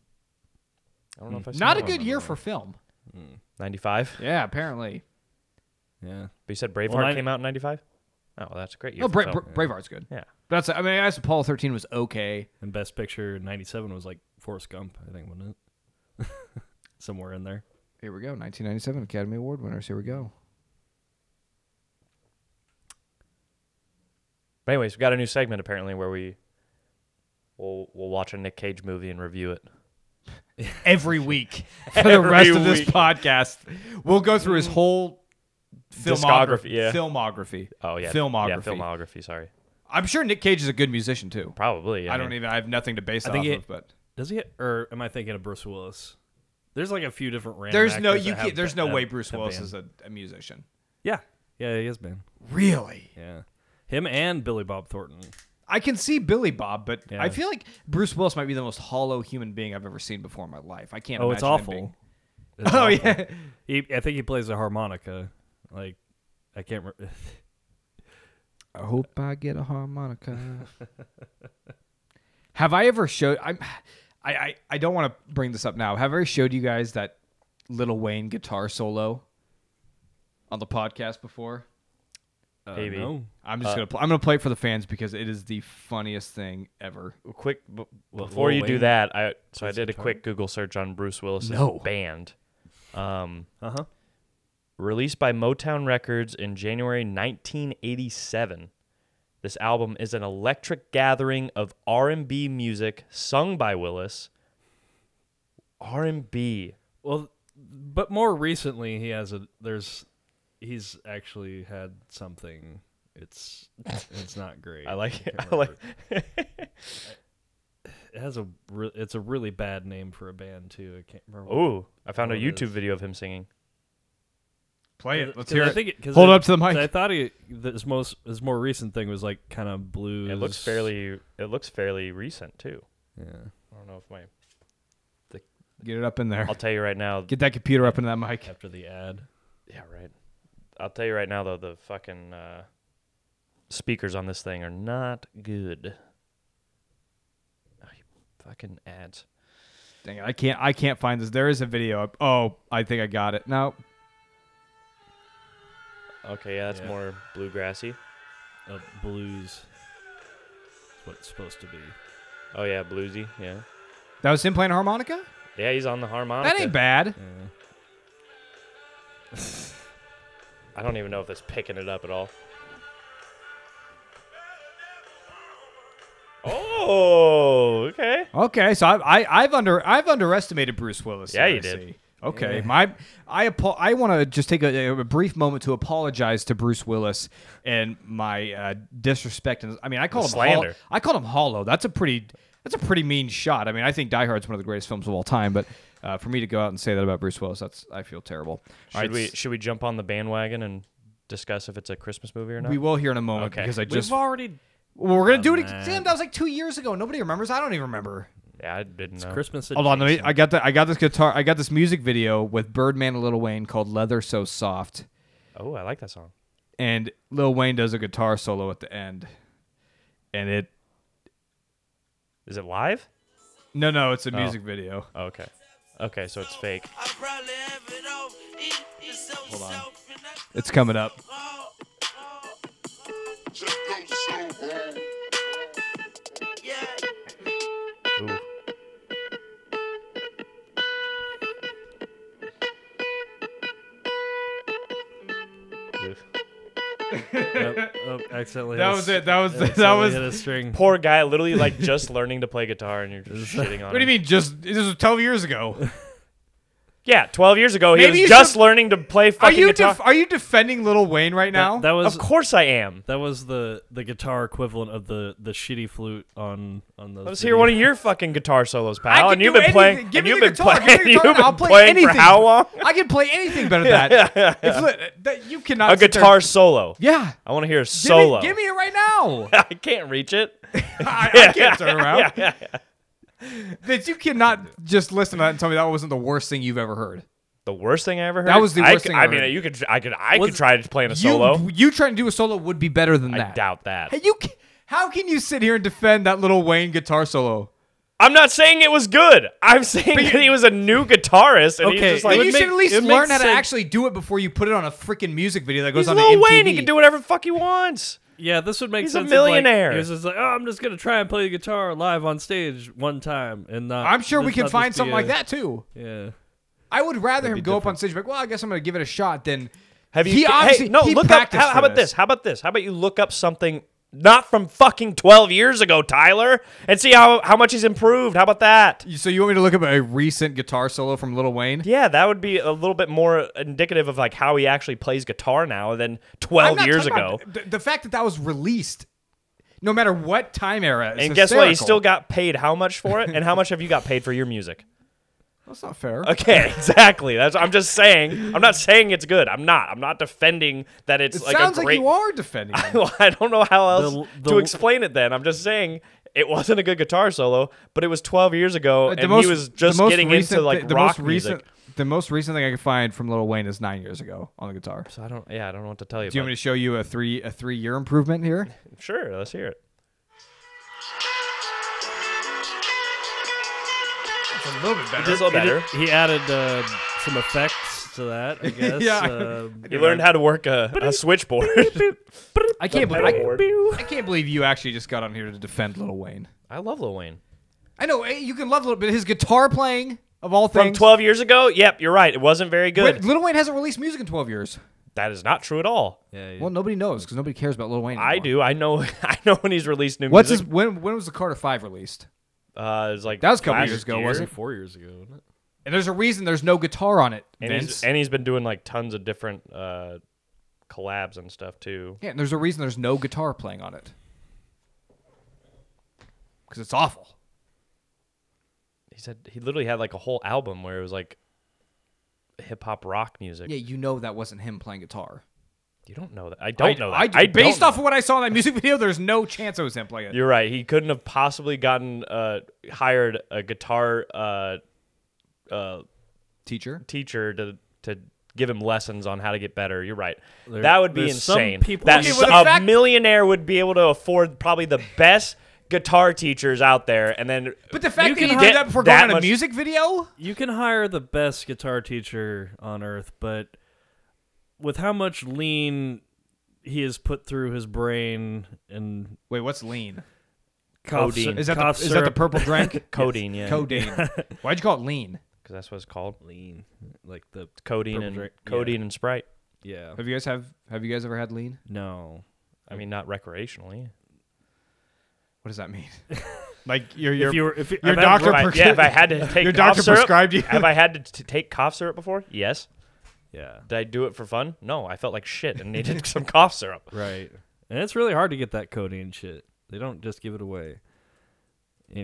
S2: I don't know if I
S1: Not a good year for film. Oh,
S2: ninety five.
S1: Yeah, apparently.
S3: Yeah.
S2: But you said Braveheart
S3: Well, nine-
S2: came out in ninety five. Oh, well, that's a great year.
S1: No,
S2: for
S1: Bra-
S2: film.
S1: Bra- Braveheart's good.
S2: yeah,
S1: That's I mean, I guess Apollo 13 was okay.
S3: And Best Picture '97 was like Forrest Gump, I think, wasn't it? [laughs] Somewhere in there.
S1: Here we go. 1997 Academy Award winners. Here we go.
S2: But anyways, we got a new segment apparently where we we'll we'll watch a Nick Cage movie and review it.
S1: Every week [laughs] for the rest of this
S2: week.
S1: podcast, we'll go through his whole filmography.
S2: Discography, yeah.
S1: Filmography.
S2: Oh yeah,
S1: Filmography.
S2: Yeah, filmography. Sorry,
S1: I'm sure Nick Cage is a good musician too.
S2: probably.
S1: I don't
S2: mean,
S1: even. I have nothing to base it
S3: I
S1: off
S3: think he-
S1: of, but.
S3: Does he? Or am I thinking of Bruce Willis? There's like a few different random.
S1: There's no
S3: actors
S1: you
S3: that have
S1: can't, there's
S3: ba-
S1: no
S3: have-
S1: way Bruce
S3: have
S1: Willis
S3: band.
S1: is a, a musician.
S3: Yeah, yeah, he is been.
S1: Really?
S3: Yeah, him and Billy Bob Thornton.
S1: I can see Billy Bob, but
S3: Yeah.
S1: I feel like Bruce Willis might be the most hollow human being I've ever seen before in my life. I can't.
S3: Oh, it's
S1: imagine him
S3: awful.
S1: being- [laughs]
S3: It's
S1: Oh
S3: awful.
S1: yeah.
S3: He, I think he plays a harmonica. Like, I can't. Re- [laughs]
S1: I hope I get a harmonica. [laughs] Have I ever showed? I'm, I I I don't want to bring this up now. Have I ever showed you guys that Little Wayne guitar solo on the podcast before?
S3: uh,
S2: Maybe.
S3: no.
S1: I'm just gonna pl- I'm gonna play it for the fans because it is the funniest thing ever.
S2: quick b-
S3: Lil
S2: before you do
S3: Wayne?
S2: that. I so I
S3: Is
S2: did a
S3: guitar?
S2: quick Google search on Bruce Willis's
S1: No.
S2: band. Um,
S3: Uh huh.
S2: released by Motown Records in January 1987. This album is an electric gathering of R&B music sung by Willis. R&B.
S3: Well, but more recently, he has a. There's, he's actually had something. It's
S1: [laughs]
S3: it's not great.
S2: I like it.
S3: can't
S2: [laughs] I like
S3: It has a. Re- it's a really bad name for a band too. I can't remember. what-
S2: Ooh, I found a
S3: What it
S2: YouTube
S3: is.
S2: video of him singing.
S1: Play
S3: 'cause- 'cause I think cause
S1: Hold
S3: I-
S1: up to the mic.
S3: 'cause I thought he his most his more recent thing was like kind of blues.
S2: It looks fairly it looks fairly recent too.
S3: Yeah.
S2: I don't know if my
S1: Get it up in there.
S2: I'll tell you right now.
S1: Get that computer up into that mic.
S3: After the ad.
S2: Yeah, right. I'll tell you right now though, the fucking uh, speakers on this thing are not good. Oh, you fucking ads.
S1: Dang it, I can't. I can't find this. There is a video. up- Oh, I think I got it. No,
S2: Okay, yeah, that's
S3: Yeah.
S2: more bluegrassy.
S3: of blues. That's what it's supposed to be.
S2: Oh yeah, bluesy. Yeah,
S1: that was him playing harmonica.
S2: yeah, he's on the harmonica.
S1: That ain't bad.
S2: I don't even know if that's picking it up at all. Oh, okay.
S1: Okay, so I, I, I've under I've underestimated Bruce Willis.
S2: Yeah,
S1: I
S2: you did.
S1: see. Okay, my I apo- I want to just take a, a brief moment to apologize to Bruce Willis and my uh, disrespect. And I mean, I called
S2: The
S1: him hol-
S2: slander.
S1: I called him hollow. That's a pretty that's a pretty mean shot. I mean, I think Die Hard's one of the greatest films of all time, but uh, for me to go out and say that about Bruce Willis, that's I feel terrible.
S2: Should we should we jump on the bandwagon and discuss if it's a Christmas movie or not?
S1: We will here in a moment
S2: Okay.
S1: because I
S2: We've Oh,
S1: just
S3: already.
S1: Well, we're gonna do it.
S3: Done
S1: Again.
S3: that.
S1: Damn, that was like two years ago. Nobody remembers. I don't even remember.
S2: yeah, I didn't know.
S3: Christmas.
S1: Hold on, let me. I got the. I got this guitar. I got this music video with Birdman and Lil Wayne called "Leather So Soft,"
S2: oh, I like that song.
S1: and Lil Wayne does a guitar solo at the end, and it.
S2: Is it live?
S1: No, no, it's a music video.
S2: Oh, okay. Okay, so it's fake.
S4: Hold on.
S1: It's coming up.
S2: Ooh. Oof.
S3: Yep. Oh, accidentally.
S1: That
S3: hit a
S1: was
S3: s-
S1: it. [laughs] That was that
S3: accidentally
S1: was.
S3: hit a string.
S2: Poor guy, literally like just learning to play guitar, and you're just
S1: [laughs]
S2: shitting on.
S1: What do you
S2: him.
S1: mean? Just this was twelve years ago.
S2: Yeah, 12 years ago, he
S1: Maybe you
S2: was just
S1: should-
S2: learning to play
S1: Are
S2: fucking
S1: you
S2: guitar.
S1: def- are you defending Little Wayne right now?
S3: That, that was
S2: of course, I am.
S3: that was the the guitar equivalent of the the shitty flute on on those.
S2: Let's hear one of your fucking guitar solos, pal.
S1: can
S2: And you've
S1: do
S2: been playing.
S1: anything. Give
S2: and
S1: me
S2: you've
S1: the
S2: been
S1: guitar. Give me
S2: playing.
S1: the
S2: [laughs] You've
S1: guitar.
S2: been
S1: I'll play
S2: playing for
S1: anything.
S2: how
S1: [laughs]
S2: long?
S1: I can play anything [laughs] better than
S2: [laughs]
S1: that. It's li- that- you cannot
S2: A
S1: sit there-
S2: guitar solo.
S1: Yeah.
S2: I want to hear a
S1: Give me-
S2: solo.
S1: Give me, it right [laughs] now.
S2: [laughs] I can't reach it.
S1: [laughs] I, I can't
S2: [laughs]
S1: turn around. That you cannot just listen to that and tell me that wasn't the worst thing you've ever heard.
S2: The worst thing I ever heard.
S1: That was the
S2: I
S1: worst
S2: could-
S1: thing I
S2: I mean,
S1: heard.
S2: you could. I could. I
S1: Was-
S2: could try playing a solo.
S1: You, you trying to do a solo would be better than
S2: I
S1: that.
S2: doubt that.
S1: Hey, you, ca- how can you sit here and defend that little Wayne guitar solo?
S2: I'm not saying it was good. I'm [laughs] saying that he was a new guitarist, and he's
S3: Okay,
S2: just
S3: it
S2: like
S3: would
S1: you
S3: make-
S1: should at least
S3: it makes
S1: learn how to
S3: sense.
S1: actually do it before you put it on a freaking music video that goes
S2: he's
S1: on
S2: Lil
S1: MTV.
S2: Wayne. He can do whatever the fuck he wants.
S3: Yeah, this would make
S2: He's a
S3: sense. if, like,
S2: millionaire.
S3: he was just like, oh, I'm just gonna try and play the guitar live on stage one time, and not,
S1: I'm sure we
S3: just
S1: can
S3: not
S1: find
S3: just be
S1: something
S3: a-
S1: like that too.
S3: Yeah.
S1: I would rather him go up on stage and be like, well, I guess I'm going to give it a shot than.
S2: Have you?
S1: He
S2: hey,
S1: obviously-
S2: no.
S1: he
S2: look up.
S1: practiced
S2: How, how
S1: for
S2: about
S1: this.
S2: this? How about this? How about you look up something not from fucking 12 years ago, Tyler, and see how how much he's improved. How about that?
S1: So you want me to look up a recent guitar solo from Little Wayne?
S2: Yeah, that would be a little bit more indicative of like how he actually plays guitar now than
S1: I'm
S2: 12
S1: not
S2: years
S1: talking about-
S2: ago.
S1: th- the fact that that was released, no matter what time era, is
S2: And guess what? He
S1: hysterical.
S2: still got paid how much for it, and how much have you got paid for your music?
S1: That's not fair.
S2: Okay, [laughs] exactly. That's I'm just saying. I'm not saying it's good. I'm not. I'm not defending that it's
S1: It
S2: like
S1: sounds
S2: a
S1: like
S2: great.
S1: you are [laughs] defending. him.
S2: [laughs] Well, I don't know how else
S3: The-
S2: to
S3: the-
S2: explain it. Then I'm just saying it wasn't a good guitar solo, but it was 12 years ago,
S1: Uh, The
S2: and
S1: most-
S2: he was
S1: the
S2: just
S1: most
S2: getting
S1: recent
S2: into
S1: thi-
S2: like
S1: the
S2: rock
S1: most recent,
S2: music.
S1: The most recent thing I could find from Little Wayne is nine years ago on the guitar.
S2: So I don't. Yeah, I don't know what to tell you.
S1: Do you want me to show you a three a three year improvement here?
S2: but sure, let's hear it.
S1: [laughs] It's a little bit better.
S2: Just a little
S3: He
S2: better.
S3: did- He added uh, some effects to that,
S1: [laughs]
S3: I guess.
S1: Yeah.
S3: Um,
S2: He learned how to work a, a switchboard.
S1: I can't
S2: pedal board.
S1: believe I, I can't believe you actually just got on here to defend Little Wayne.
S2: I love Lil Wayne.
S1: I know eh, you can love Little, but his guitar playing of all
S2: From
S1: things.
S2: 12 years ago, yep, you're right. It wasn't very
S1: Wait,
S2: good.
S1: Little Wayne hasn't released music in twelve years.
S2: that is not true at all.
S3: yeah, yeah.
S1: Well, nobody knows because nobody cares about Little Wayne.
S2: I
S1: anymore.
S2: do. I know. [laughs] I know when he's released new
S1: What's his,
S2: music.
S1: when? When was the Carter Five released?
S2: Uh, it was like
S1: That was a couple
S2: last
S1: years ago,
S2: year.
S1: wasn't it?
S3: four years ago. Wasn't it?
S1: And there's a reason there's no guitar on it,
S2: And
S1: Vince.
S2: he's, and he's been doing like tons of different uh, collabs and stuff too.
S1: yeah, and there's a reason there's no guitar playing on it because it's awful.
S2: He said he literally had like a whole album where it was like hip hop rock music.
S1: Yeah, you know that wasn't him playing guitar.
S2: You don't know that. I don't know that. I, don't
S1: based
S2: know.
S1: off of what I saw in that music [laughs] video, there's no chance it was him playing it.
S2: You're right. He couldn't have possibly gotten uh, hired a guitar uh, uh,
S1: Teacher,
S2: teacher to to give him lessons on how to get better. You're right.
S3: There-
S2: that would be
S3: there's some
S2: insane.
S3: people-
S2: That
S3: Okay,
S2: s-
S1: well, the
S2: a
S1: fact-
S2: millionaire would be able to afford probably the best guitar teachers out there, and then
S1: but the fact
S3: You
S1: that
S3: can
S1: you
S2: get
S1: did that before
S2: that
S1: going on a
S2: much-
S1: music video,
S3: You can hire the best guitar teacher on earth, but with how much lean he has put through his brain and
S1: wait, what's
S3: [laughs]
S1: lean?
S3: cough sy-
S2: Codeine.
S1: Is that the,
S3: cough
S1: is that the
S3: syrup-
S1: purple
S3: [laughs]
S1: drink?
S2: codeine, yeah,
S1: Codeine. Why'd you call it lean?
S2: because that's what it's called.
S3: lean, like the
S2: Codeine
S3: Purple
S2: and
S3: drink, yeah.
S2: codeine and Sprite.
S3: yeah
S1: Have you guys have Have you guys ever had lean?
S3: no
S2: I mean, not recreationally.
S1: What does that
S3: [laughs]
S1: mean? like your your
S3: if you were if you-
S1: your
S3: I've had
S1: doctor-
S3: rye-
S2: Right, yeah, if I
S1: [laughs]
S2: had to take
S1: Your
S2: cough
S1: doctor
S2: syrup,
S1: prescribed you-
S2: Have I had to t- take cough syrup before? Yes.
S3: yeah
S2: Did I do it for fun? No, I felt like shit and needed [laughs] some cough syrup.
S3: right and it's really hard to get that codeine shit they don't just give it away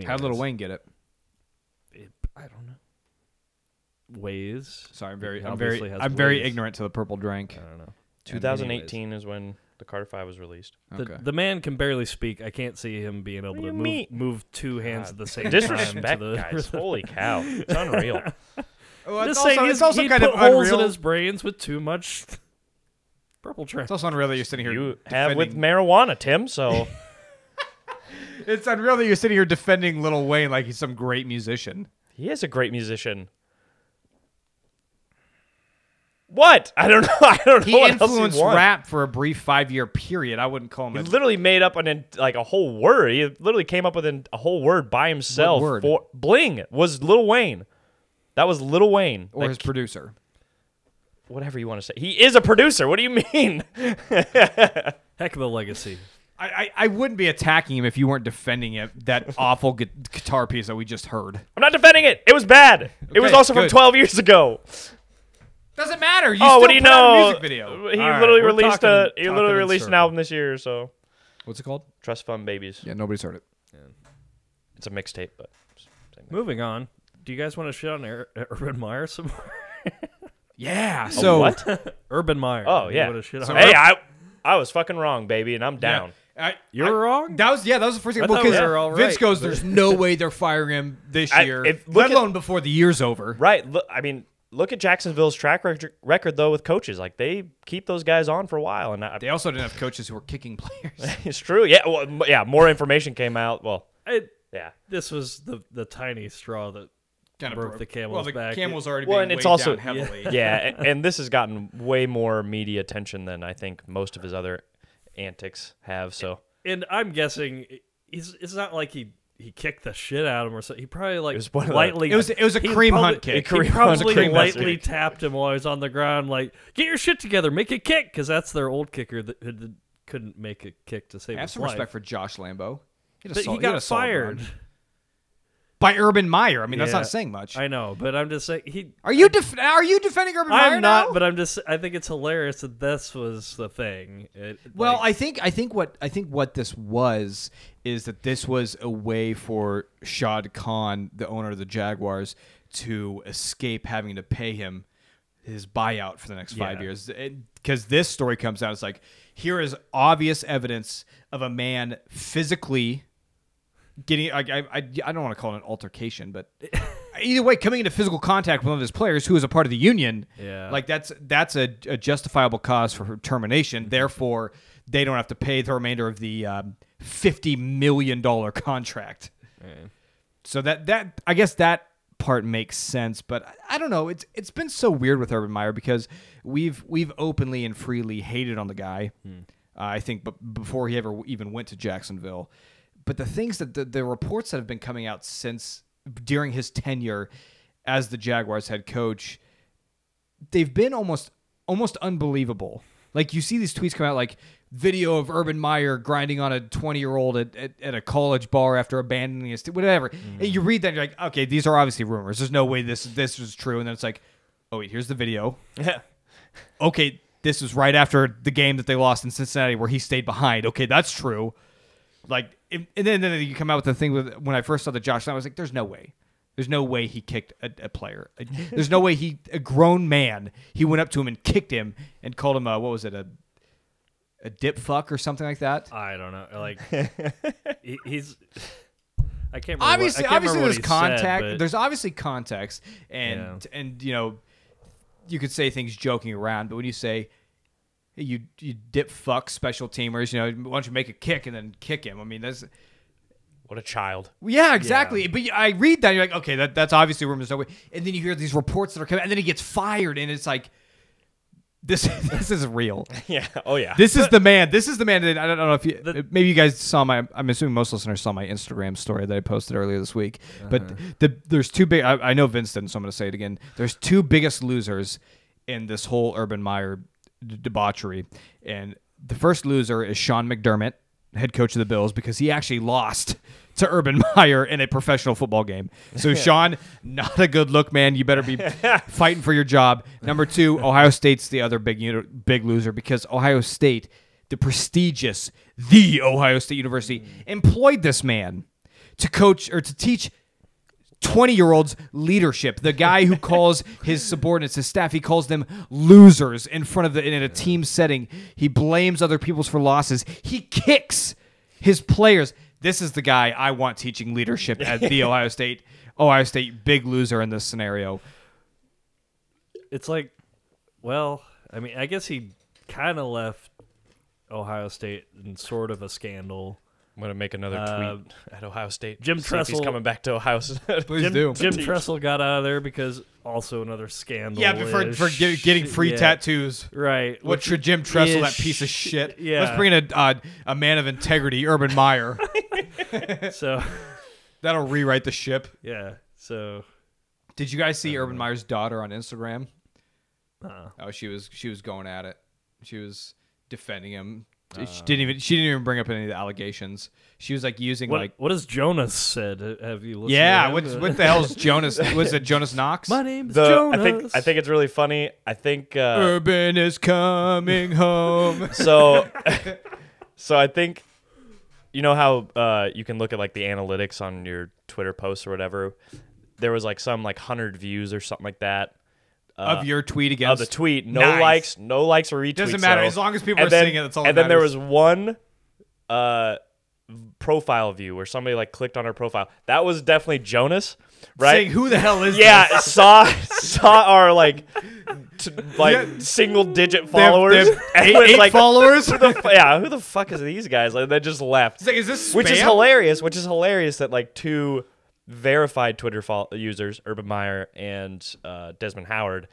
S1: how'd Little
S3: Anyways.
S1: Wayne get it?
S3: It- I don't know ways
S1: Sorry, I'm very
S3: He
S1: I'm
S3: obviously
S1: very
S3: has
S1: I'm very
S3: ways.
S1: ignorant to the purple drink.
S3: I don't know
S2: 2018 is when the Carter Five was released.
S3: The, the man can barely speak. I can't see him being able
S2: What do
S3: to
S2: you
S3: move,
S2: mean?
S3: move two hands at
S1: [laughs]
S3: the same time.
S2: Disrespect,
S3: to the-
S2: guys. Holy cow, it's unreal.
S1: Well,
S3: I'm
S1: it's,
S3: just
S1: also,
S3: saying, he's-
S1: it's also
S3: he
S1: kind
S3: put
S1: of
S3: holes
S1: unreal.
S3: in his brains with too much purple trash.
S1: it's also unreal that you're sitting here.
S2: You have
S1: defending,
S2: with marijuana, Tim. So
S1: It's unreal that you're sitting here defending Little Wayne like he's some great musician.
S2: he is a great musician. What? I don't know. [laughs] I don't know
S1: He
S2: what else
S1: influenced
S2: he wants.
S1: rap for a brief five year period. I wouldn't call him.
S2: He
S1: A,
S2: literally made up an en- like a whole word. He literally came up with an, a whole word by himself.
S1: What word?
S2: For bling was Lil Wayne. That was Lil Wayne.
S1: or
S2: Like,
S1: his producer.
S2: whatever you want to say. He is a producer. What do you [laughs] mean?
S3: Heck of a legacy.
S1: I, I, I wouldn't be attacking him if you weren't defending it.
S2: [laughs]
S1: That awful gu- guitar piece that we just heard
S2: I'm not defending it. It was bad. it was
S1: Okay,
S2: also from
S1: good.
S2: 12 years ago.
S1: doesn't matter. You
S2: oh, what do you
S1: put out a
S2: know?
S1: Music video.
S2: He
S3: All right,
S2: literally
S3: we're
S2: released
S3: talking-
S2: a he
S3: talking
S2: literally
S3: in
S2: released an
S3: circles.
S2: album this year, so
S1: What's it called?
S2: Trust Fund Babies.
S1: Yeah, nobody's heard it.
S2: It's a mixtape, but
S3: Moving on. Do you guys want to shit on Ur- Urban Meyer some more? [laughs]
S1: Yeah. So
S2: what?
S3: Urban Meyer.
S2: Oh
S3: You
S2: yeah.
S3: wanna shit on
S1: So-
S3: him?
S2: Hey, I I was fucking wrong, baby, and I'm down.
S1: I-
S3: You're
S1: I-
S3: wrong.
S1: That was yeah. That was the first thing.
S3: I thought we
S1: Because
S3: were all
S1: Vince
S3: right,
S1: goes, "There's
S3: [laughs]
S1: no way they're firing him this
S2: I-
S1: year,
S2: if- look
S1: let
S2: at-
S1: alone before the year's over."
S2: Right. Look, I mean, look at Jacksonville's track rec- record though with coaches. Like they keep those guys on for a while, and I,
S1: They also didn't have coaches who were kicking [laughs] players.
S2: [laughs] it's true. Yeah. Well, m- yeah. More information came out. Well,
S3: I-
S2: yeah.
S3: this was the the tiny straw that
S1: Kinda
S3: Broke
S1: broke-
S3: the camel's
S1: well, the
S3: back.
S1: camel's already
S2: Well,
S1: being
S2: and it's
S1: weighed
S2: also-
S1: down heavily.
S2: Yeah. and, [laughs] and this has gotten way more media attention than I think most of his other antics have. So
S3: and I'm guessing it- it's, it's not like he he kicked the shit out of him or something. He probably like
S2: was one of the-
S3: lightly.
S1: It was- it was a
S3: he
S1: Kareem
S3: probably-
S1: Hunt kick.
S3: He
S2: Kareem Hunt,
S3: probably
S2: Kareem Hunt
S3: lightly
S2: kick.
S3: tapped him while he was on the ground. Like, get your shit together, make a kick, because that's their old kicker that who did- couldn't make a kick to save
S1: Have
S3: his
S1: some
S3: life.
S1: respect for Josh Lambo.
S3: But he got fired.
S1: by Urban Meyer. I mean, that's
S3: Yeah.
S1: not saying much.
S3: I know, but I'm just saying he.
S1: are you def- are you defending Urban Meyer
S3: I'm not,
S1: now?
S3: but I'm just. I think it's hilarious that this was the thing. It,
S1: Well,
S3: like,
S1: I think I think what I think what this was is that this was a way for Shad Khan, the owner of the Jaguars, to escape having to pay him his buyout for the next five
S3: Yeah.
S1: years. Because this story comes out, it's like here is obvious evidence of a man physically getting. I I, I, I don't want to call it an altercation, but either way, coming into physical contact with one of his players who is a part of the union.
S3: Yeah.
S1: like that's that's a, a justifiable cause for termination. Therefore, they don't have to pay the remainder of the um, fifty million dollar contract. So that that I guess that part makes sense, but I- I don't know. It's it's been so weird with Urban Meyer because we've we've openly and freely hated on the guy. Uh, I think, but before he ever even went to Jacksonville, but the things that the, the reports that have been coming out since during his tenure as the Jaguars head coach they've been almost almost unbelievable. Like you see these tweets come out like video of Urban Meyer grinding on a 20 year old at, at, at a college bar after abandoning his whatever. And you read that and you're like, okay, these are obviously rumors. There's no way this this was true. And then it's like, oh wait, here's the video. okay, this was right after the game that they lost in Cincinnati where he stayed behind. Okay, that's true. Like, if- and then, then you come out with the thing with when I first saw the Josh, I was like, there's no way. There's no way he kicked a, a player. There's no way he, a grown man, he went up to him and kicked him and called him a, what was it, a, a dip fuck or something like that?
S3: I don't know.
S1: [laughs]
S3: Like he, he's. I can't. Remember what- I
S1: obviously,
S3: can't
S1: obviously,
S3: remember what
S1: there's
S3: he said,
S1: contact.
S3: but-
S1: there's obviously context, and
S3: Yeah.
S1: and you know, you could say things joking around, but when you say, hey, you you dip fuck special teamers, you know, why don't you make a kick and then kick him? I mean, that's
S2: what a child. [laughs]
S1: yeah, exactly. But I read that, and you're like, okay, that, that's obviously rumors, no way. And then you hear these reports that are coming, and then he gets fired, and it's like, this [laughs] this is real.
S2: Yeah. Oh yeah.
S1: This is the man. This is the man that I don't know if you
S3: The-
S1: maybe you guys saw my. I'm assuming most listeners saw my Instagram story that I posted earlier this week. But the, there's two big. I, I know Vince didn't, so I'm going to say it again. There's two biggest losers in this whole Urban Meyer d- debauchery, and the first loser is Sean McDermott, head coach of the Bills, because he actually lost to Urban [laughs] Meyer in a professional football game. So Sean, not a good look, man. You better be fighting for your job. Number two, Ohio State's the other big uni- big loser because Ohio State, the prestigious, the Ohio State University, employed this man to coach or to teach 20 year olds leadership. The guy who calls his subordinates, his staff, he calls them losers in front of the, in a team setting. He blames other people's for losses. He kicks his players. This is the guy I want teaching leadership at the Ohio State. Ohio State big loser in this scenario.
S3: it's like, well, I mean, I guess he kind of left Ohio State in sort of a scandal.
S2: I'm gonna make another
S3: Uh,
S2: tweet at Ohio State.
S3: Jim
S2: See if he's
S3: Tressel-
S2: coming back to
S1: [laughs]
S2: Ohio. State.
S1: Please
S3: Jim, Jim Tressel got out of there because also another scandal.
S1: Yeah, but for, for ge- getting free tattoos.
S3: Right.
S1: What's
S3: which
S1: your Jim Tressel, that
S3: is
S1: piece of
S3: sh-
S1: shit?
S3: yeah.
S1: Let's bring in a, uh, a man of integrity, Urban
S3: [laughs]
S1: Meyer.
S3: so
S1: That'll rewrite the ship.
S3: yeah. So
S1: Did you guys see Urban Meyer's daughter on Instagram?
S2: Uh-uh.
S1: Oh, she was she was going at it. She was defending him.
S2: Uh-huh.
S1: she didn't even she didn't even bring up any of the allegations. She was like using
S3: What,
S1: like
S3: what has Jonas said? Have you listened?
S1: yeah.
S3: to
S1: What
S3: him?
S1: what the hell's Jonas? Was it
S2: [laughs]
S1: Jonas Knox?
S3: My name's
S2: [laughs] The-
S3: Jonas.
S2: I think I think it's really funny. I think uh,
S1: Urban is
S2: [laughs]
S1: coming home.
S2: so. [laughs] so I think you know how uh, you can look at like the analytics on your Twitter posts or whatever. There was like some like hundred views or something like that
S1: of your tweet
S2: of
S1: against
S2: Uh, oh, the tweet. No
S1: Nice.
S2: likes, no likes or retweets.
S1: Doesn't matter
S2: though.
S1: as long as people
S2: and
S1: are
S2: then,
S1: seeing it. That's all.
S2: And
S1: that
S2: then there
S1: matters.
S2: was one uh, profile view where somebody like clicked on her profile. That was definitely Jonas, right?
S1: saying who the hell is [laughs]
S2: [laughs] yeah,
S1: this?
S2: saw saw our like t- like
S1: Yeah.
S2: single digit
S1: They have- [laughs]
S2: followers.
S1: they have
S2: and
S1: eight,
S2: was
S1: eight
S2: like, [laughs]
S1: followers.
S2: who the f- yeah, who the fuck is these guys? Like, they just left.
S1: It's like, is this
S2: [laughs] which is
S1: spam?
S2: hilarious. Which is hilarious that like two verified Twitter fol- users, Urban Meyer and uh, Desmond Howard,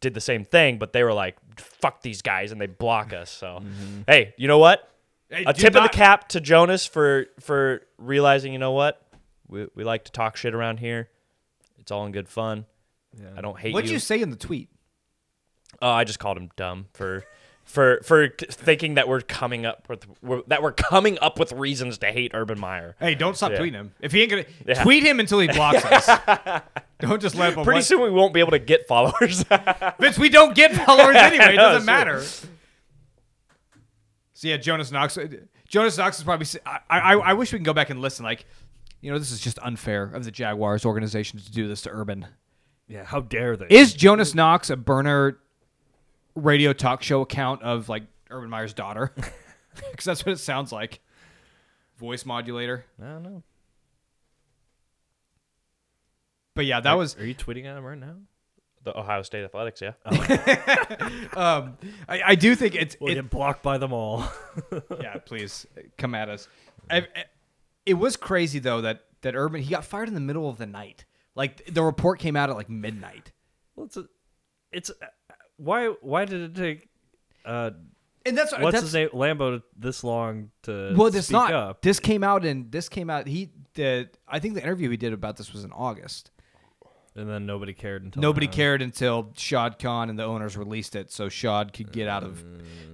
S2: did the same thing, but they were like, "Fuck these guys," and they block us. So,
S1: Mm-hmm.
S2: hey, you know what?
S1: Hey,
S2: A
S1: do
S2: tip of
S1: not-
S2: the cap to Jonas for for realizing, you know what? We we like to talk shit around here. It's all in good fun. I don't hate
S1: What'd
S2: you.
S1: you say in the tweet?
S2: Oh, I just called him dumb for for for c- thinking that we're coming up with we're, that we're coming up with reasons to hate Urban Meyer.
S1: Hey, don't stop
S2: Yeah.
S1: tweeting him. If he ain't gonna
S2: Yeah.
S1: tweet him until he
S2: [laughs]
S1: blocks us. don't just let him.
S2: Pretty
S1: one-
S2: soon we won't be able to get followers. [laughs]
S1: Vince, we don't get followers anyway. It
S2: No,
S1: doesn't
S2: sure.
S1: matter. So yeah, Jonas Knox. uh, Jonas Knox is probably. I, I I wish we can go back and listen. Like, you know, this is just unfair of the Jaguars organization to do this to Urban.
S3: Yeah, how dare they?
S1: Is Jonas Knox a burner radio talk show account of like Urban Meyer's daughter? [laughs] Because that's what it sounds like. Voice modulator.
S3: I don't know.
S1: But yeah, that was
S3: Are you tweeting at him right now?
S2: the Ohio State Athletics, yeah.
S1: Oh. um, I, I do think it's
S3: Well,
S1: it-
S3: get blocked by them all. [laughs]
S1: yeah. Please come at us. I, I- it was crazy though that that Urban he got fired in the middle of the night. Like the report came out at like midnight,
S3: well, it's, a, it's a- why why did it take uh,
S1: and [laughs] that's
S3: what's
S1: that's,
S3: his name Lambo this long to
S1: Well, this
S3: speak
S1: not
S3: up?
S1: this came out and this came out. He the I think the interview he did about this was in August.
S3: and then nobody cared until
S1: Nobody
S3: now.
S1: cared until Shad Khan and the owners released it, so Shad could get out of.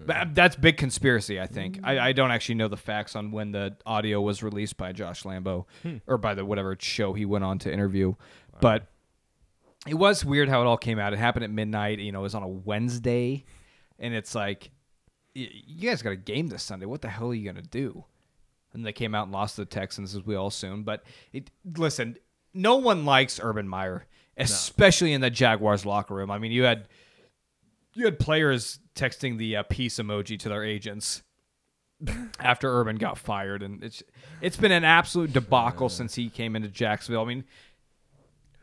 S1: But uh, that's big conspiracy, I think. I, I don't actually know the facts on when the audio was released by Josh Lambo or by the whatever show he went on to interview, but it was weird how it all came out. It happened at midnight. You know, it was on a Wednesday, and it's like, y- you guys got a game this Sunday. What the hell are you gonna do? And they came out and lost to the Texans, as we all assume. But it, listen, no one likes Urban Meyer, especially in the Jaguars locker room. I mean, you had you had players texting the uh, peace emoji to their agents after Urban got fired, and it's it's been an absolute debacle since he came into Jacksonville. I mean,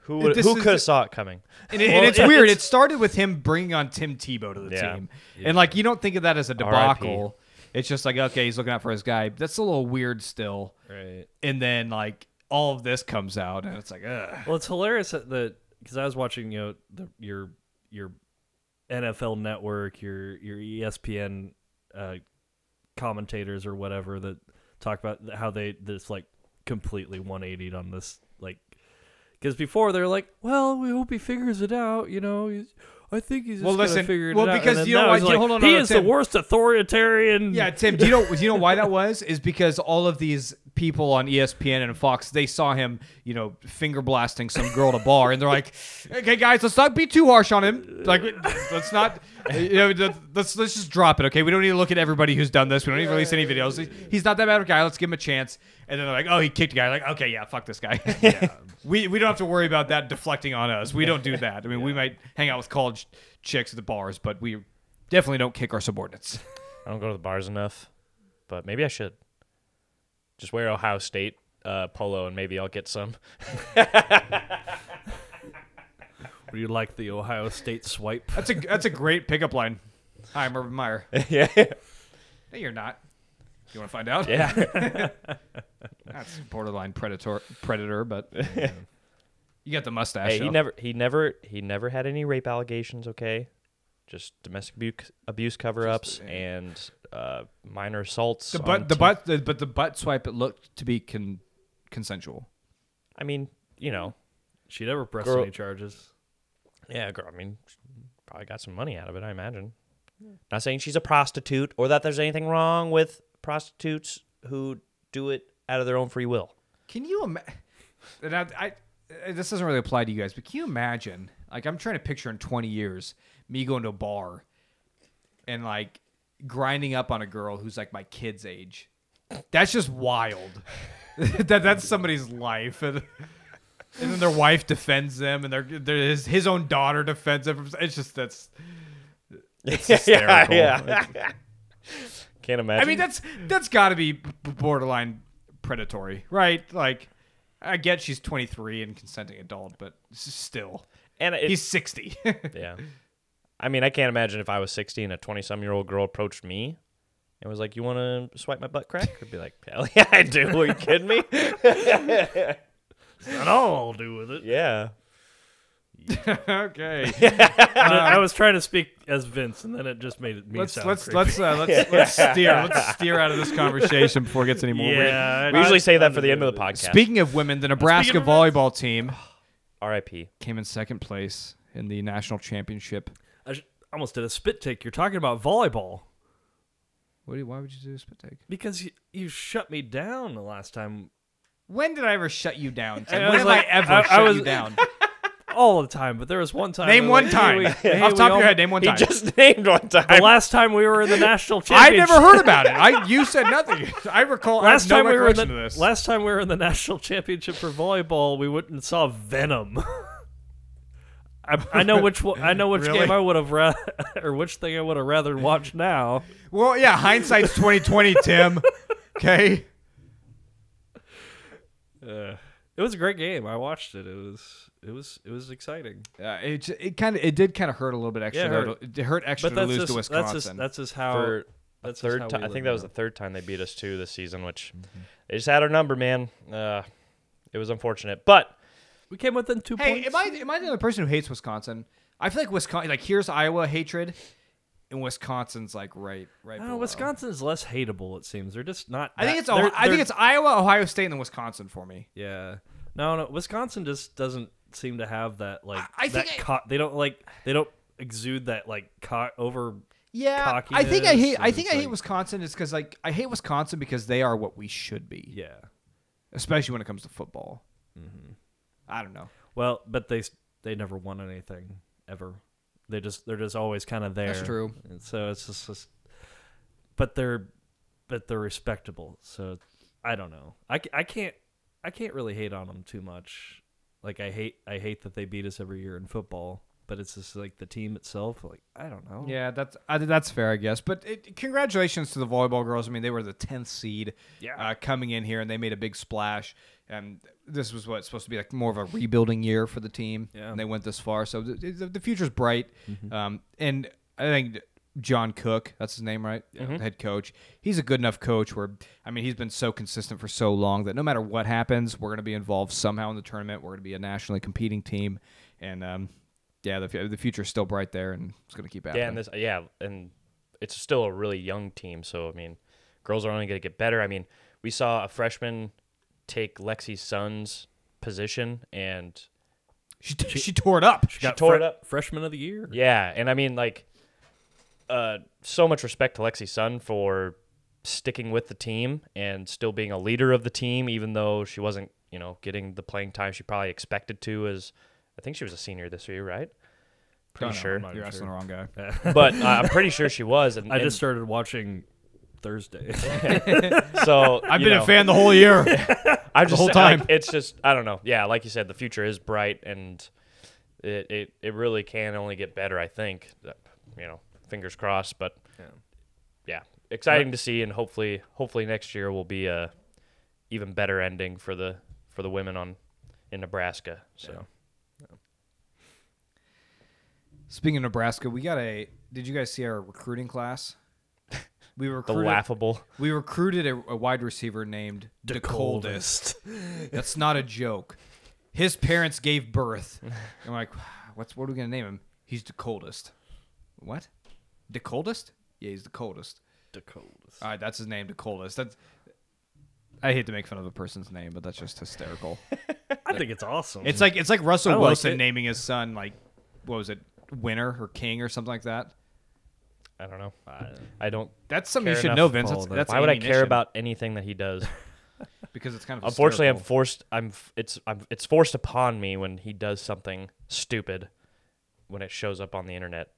S2: Who would,
S1: This
S2: who
S1: is
S2: could
S1: the-
S2: have saw it coming?
S1: and, it- and
S3: Well,
S1: it's
S3: it-
S1: weird. It
S3: it's-
S1: started with him bringing on Tim Tebow to the
S2: Yeah.
S1: team, and like you don't think of that as a debacle. It's just like okay, he's looking out for his guy. That's a little weird still.
S3: Right.
S1: And then like all of this comes out, and it's like, ugh.
S3: Well, it's hilarious that- that because I was watching you know the, your your NFL Network, your your E ESPN uh, commentators or whatever that talk about how they this like completely 180 on this like because before they're like, well, we hope he figures it out, you know. He's, I think he's just
S1: Well,
S3: gonna
S1: listen,
S3: figure it
S1: well,
S3: out. And
S1: because
S3: then
S1: you know
S3: now
S1: what, you-
S3: he's like,
S1: hold on,
S3: he
S1: hold on,
S3: is
S1: Tim.
S3: the worst authoritarian.
S1: Yeah, Tim. Do you know? Do you know why that was? [laughs] Is because all of these people on E ESPN and Fox they saw him, you know, finger blasting some girl at a bar, and they're like, "Okay, guys, let's not be too harsh on him. Like, let's not, you know, let's let's just drop it. Okay, we don't need to look at everybody who's done this. We don't need to release any videos. He's not that bad of a guy. Let's give him a chance." And then they're like, "Oh, he kicked a guy. Like, okay, yeah, fuck this guy. we we don't have to worry about that deflecting on us. We don't do that. I mean, we might hang out with college chicks at the bars, but we." Definitely don't kick our subordinates.
S2: I don't go to the bars enough, but maybe I should. Just wear Ohio State uh, polo and maybe I'll get some.
S3: Were you like the Ohio
S1: [laughs]
S3: State swipe?
S1: That's a that's a great pickup line. Hi, I'm Urban Meyer.
S2: [laughs] yeah,
S1: No, you're not. You want to find out?
S2: yeah.
S1: [laughs] That's borderline predator, predator, but you got the mustache.
S2: Hey, he
S1: though.
S2: never he never he never had any rape allegations. Okay, just domestic abuse, abuse cover ups and uh, minor assaults.
S1: the
S2: on
S1: butt, the
S2: teen-
S1: butt, the, but the butt swipe. It looked to be con, consensual.
S2: I mean, you know,
S3: She never pressed
S2: Girl-
S3: any charges.
S2: yeah, girl. I mean, probably got some money out of it, I imagine. Not saying she's a prostitute or that there's anything wrong with prostitutes who do it out of their own free will.
S1: Can you imagine? I, I, this doesn't really apply to you guys, but can you imagine? Like, I'm trying to picture in 20 years me going to a bar and like grinding up on a girl who's like my kid's age. That's just wild. [laughs] that that's somebody's life, and, and then their wife defends them, and their, their his, his own daughter defends them. It's just that's. It's hysterical.
S2: Can't imagine.
S1: I mean, that's that's got to be b- borderline predatory, right? Like, I get she's 23 and consenting adult, but s- still,
S2: and it,
S1: he's [laughs] 60.
S2: yeah. I mean, I can't imagine if I was 60 and a 20 some year old girl approached me and was like, You want to swipe my butt crack? I'd be like, Hell yeah, I do. Are you kidding me?
S3: Not all I'll do with it.
S2: yeah.
S1: okay,
S3: I, I was trying to speak as Vince, and then it just made it me
S1: let's
S3: sound
S1: let's
S3: creepy.
S1: let's uh, [laughs] let's let's steer let's steer out of this conversation before it gets any more weird.
S3: [laughs] yeah,
S2: We usually say that for the end of the podcast.
S1: Speaking of women, the Nebraska
S3: of women-
S1: volleyball team
S2: RIP.
S1: came in second place in the national championship.
S3: I sh- almost did a spit take. You're talking about volleyball
S1: What do you, why would you do a spit take?
S3: because you, you shut me down the last time,
S1: When did I ever shut you down? Tim?
S3: I
S1: When
S3: was
S1: did
S3: like-
S1: I ever
S3: I- I
S1: shut
S3: was-
S1: you [laughs] down?
S3: all the time. But there was one time.
S1: Name
S3: that,
S1: one
S3: like,
S1: time. [laughs]
S3: hey, [laughs] we-
S1: Off
S3: hey,
S1: top of your
S3: we all-
S1: head, name one
S2: He
S1: time.
S2: just [laughs] named one time.
S3: The last time we were in the national
S1: [laughs] I
S3: championship.
S1: never heard about it. I you said nothing. I recall.
S3: Last
S1: I have
S3: time
S1: no
S3: we were in
S1: recollection
S3: the,
S1: of this.
S3: last time we were in the [laughs] national championship for volleyball, we went and saw Venom. [laughs] I, I know which one, I know which
S1: [laughs] Really?
S3: game I would have ra- [laughs] or which thing I would have rather watched now.
S1: well, yeah, hindsight's twenty twenty, Tim. [laughs] Okay.
S3: It was a great game. I watched it. It was it was it was exciting.
S1: Uh, it j- it kind of it did kind of hurt a little bit extra.
S3: Yeah, it
S1: though,
S3: hurt.
S1: to- it hurt extra
S3: But
S1: to
S3: that's
S1: lose
S3: just,
S1: to
S3: that's
S1: Wisconsin.
S3: just that's just how
S2: for a
S3: that's just how
S2: third
S3: we
S2: time. I
S3: live
S2: think that was
S3: now.
S2: the third time they beat us too this season, which they just had our number, man. Uh, it was unfortunate, but
S3: we came within two
S1: hey,
S3: points.
S1: am I am I the only person who hates Wisconsin? I feel like Wisconsin. Like here's Iowa hatred, and Wisconsin's like right right.
S3: No,
S1: below.
S3: Wisconsin's less hateable. It seems they're just not.
S1: I think
S3: that-
S1: it's
S3: they're-
S1: Ohio, I think
S3: they're-
S1: it's Iowa, Ohio State, and then Wisconsin for me.
S3: Yeah. No, no. Wisconsin just doesn't seem to have that like
S1: I
S3: that
S1: think I-
S3: co- they don't like they don't exude that like co- over
S1: Yeah, I think I
S3: cockiness
S1: hate. I
S3: and
S1: think
S3: it's
S1: I hate
S3: like-
S1: Wisconsin. It's because like I hate Wisconsin because they are what we should be,
S3: yeah.
S1: especially when it comes to football. I don't know.
S3: Well, but they s- they never won anything ever. They just they're just always kind of there.
S1: That's true.
S3: And so it's just, just but they're but they're respectable. So I don't know. I, ca- I can't I can't really hate on them too much. Like I hate I hate that they beat us every year in football, but it's just like the team itself. Like I don't know.
S1: Yeah, that's I, that's fair, I guess. But it, congratulations to the volleyball girls. I mean, they were the tenth seed,
S3: Yeah.
S1: uh, coming in here, and they made a big splash. And this was what's supposed to be like more of a rebuilding year for the team,
S3: Yeah.
S1: and they went this far. So the, the, the future's bright. Um, and I think John Cook, that's his name, right? The head coach. He's a good enough coach. Where I mean, he's been so consistent for so long that no matter what happens, we're going to be involved somehow in the tournament. We're going to be a nationally competing team, and um, yeah, the, fu- the future's still bright there, and it's going to keep happening.
S2: yeah, and this yeah, and it's still a really young team. So I mean, girls are only going to get better. I mean, we saw a freshman take Lexi's son's position, and
S1: She, she, tore it up.
S3: She got
S2: tore
S3: fre-
S2: it up.
S3: Freshman of the year.
S2: yeah, and I mean like, uh, so much respect to Lexi's son for sticking with the team and still being a leader of the team, even though she wasn't you know getting the playing time she probably expected to. As I think she was a senior this year, right? Pretty sure. [laughs]
S1: You're asking the wrong guy.
S2: but uh, I'm pretty sure she was. And,
S3: I
S2: and
S3: just started watching
S2: [laughs]
S3: Thursday.
S2: so
S1: [laughs] I've
S2: you
S1: been
S2: know,
S1: a fan the whole
S2: [laughs]
S1: year.
S2: I'm just
S1: whole
S2: saying,
S1: time.
S2: Like, it's just I don't know. Yeah, like you said, the future is bright, and it it, it really can only get better. I think. That- You know, fingers crossed. But yeah, exciting to see, and hopefully, hopefully next year will be a even better ending for the for the women on in Nebraska. So
S1: Speaking of Nebraska, we got a. Did you guys see our recruiting class? We
S2: the
S1: recruited.
S2: laughable.
S1: We recruited a, a wide receiver named DeColdis. [laughs] That's not a joke. His parents gave birth. I'm like, what's what are we gonna name him? He's the coldest. What? The coldest? Yeah, he's the coldest.
S3: The coldest.
S1: All right, that's his name, the coldest. That's. I hate to make fun of a person's name, but that's just hysterical.
S3: I think it's awesome.
S1: It's like it's like Russell
S3: I like
S1: Wilson
S3: it.
S1: naming his son like what was it? winner or king or something like that.
S2: I don't know. I don't.
S1: That's something
S2: care
S1: you should
S2: enough
S1: know,
S2: to
S1: Vince.
S2: follow
S1: That's,
S2: that.
S1: that's
S2: Why would I care
S1: ammunition,
S2: about anything that he does?
S1: Because it's kind of
S2: Unfortunately, I'm
S1: hysterical.
S2: forced. I'm. f- It's. I'm. It's forced upon me when he does something stupid, when it shows up on the internet.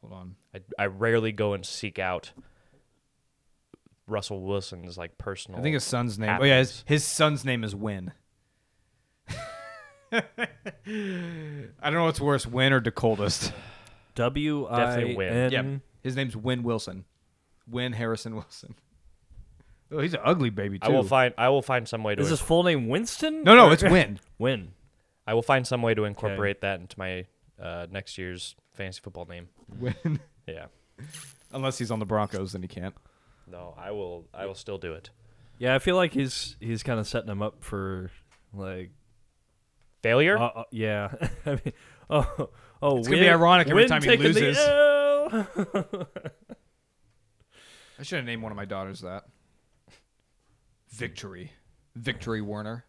S1: Hold on.
S2: I, I rarely go and seek out Russell Wilson's like personal.
S1: I think his son's name. Oh yeah, his,
S2: happiness.
S1: his son's name is [laughs] Win. I don't know what's worse, Win or DeColdest. Mm-hmm.
S3: W I
S2: Definitely win.
S3: N.
S1: His name's Win Wilson. Win Harrison Wilson. Oh, he's an ugly baby too.
S2: I will find. I will find some way to.
S3: Is his full name Winston?
S1: no, no,
S3: Or-
S2: [laughs]
S1: it's Win.
S3: Win.
S2: I will find some way to incorporate that into my uh, next year's fantasy football name.
S1: Win.
S2: Yeah.
S1: Unless he's on the Broncos, then he can't.
S2: No, I will. I will still do it.
S3: Yeah, I feel like he's he's kind of setting him up for like
S2: Failure.
S3: uh, uh, yeah. [laughs] I mean, oh oh,
S1: It's
S3: win,
S1: gonna be ironic every
S3: Win
S1: time he
S3: taking the
S1: loses.
S3: L.
S2: [laughs]
S1: I should have named one of my daughters that.
S2: Hmm.
S1: Victory. Victory Warner.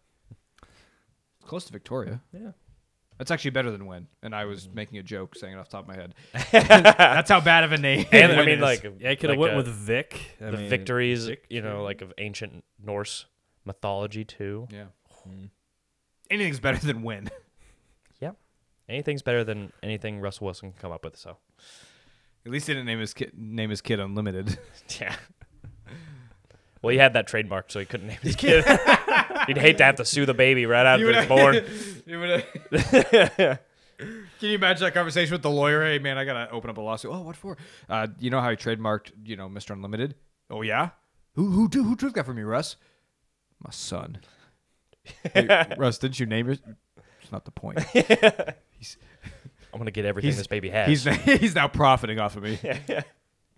S1: Close to Victoria.
S3: Yeah.
S1: That's actually better than Win. And I
S2: Mm-hmm.
S1: was making a joke saying it off the top of my
S2: [laughs]
S1: head. That's how bad of a name.
S2: and I
S1: Wynn
S2: mean,
S1: is.
S2: like,
S3: Yeah, I could have
S2: like,
S3: went
S2: uh,
S3: with Vic. I
S2: the
S3: mean,
S2: victories, you know,
S3: victory.
S2: like of ancient Norse mythology too.
S1: Yeah. Mm. Anything's better than Win.
S2: Anything's better than anything Russell Wilson can come up
S1: [laughs]
S2: with. So
S1: At least he didn't name his kid name his kid Unlimited.
S2: yeah. [laughs] Well, he had that trademark, so he
S1: [laughs]
S2: couldn't name his kid. [laughs] He'd hate to have to sue the baby right after it's born.
S1: [laughs]
S2: [laughs]
S1: Can you imagine that conversation with the lawyer? Hey, man, I gotta open up a lawsuit. Oh, what for? Uh, you know how he trademarked, you know, Mr. Unlimited? Oh yeah. Who who do who took that from you, Russ? My son. Hey,
S2: [laughs]
S1: Russ, didn't you name it? It's not the point.
S2: I'm gonna get everything this baby has.
S1: He's [laughs] he's now profiting off of
S2: [laughs]
S1: me.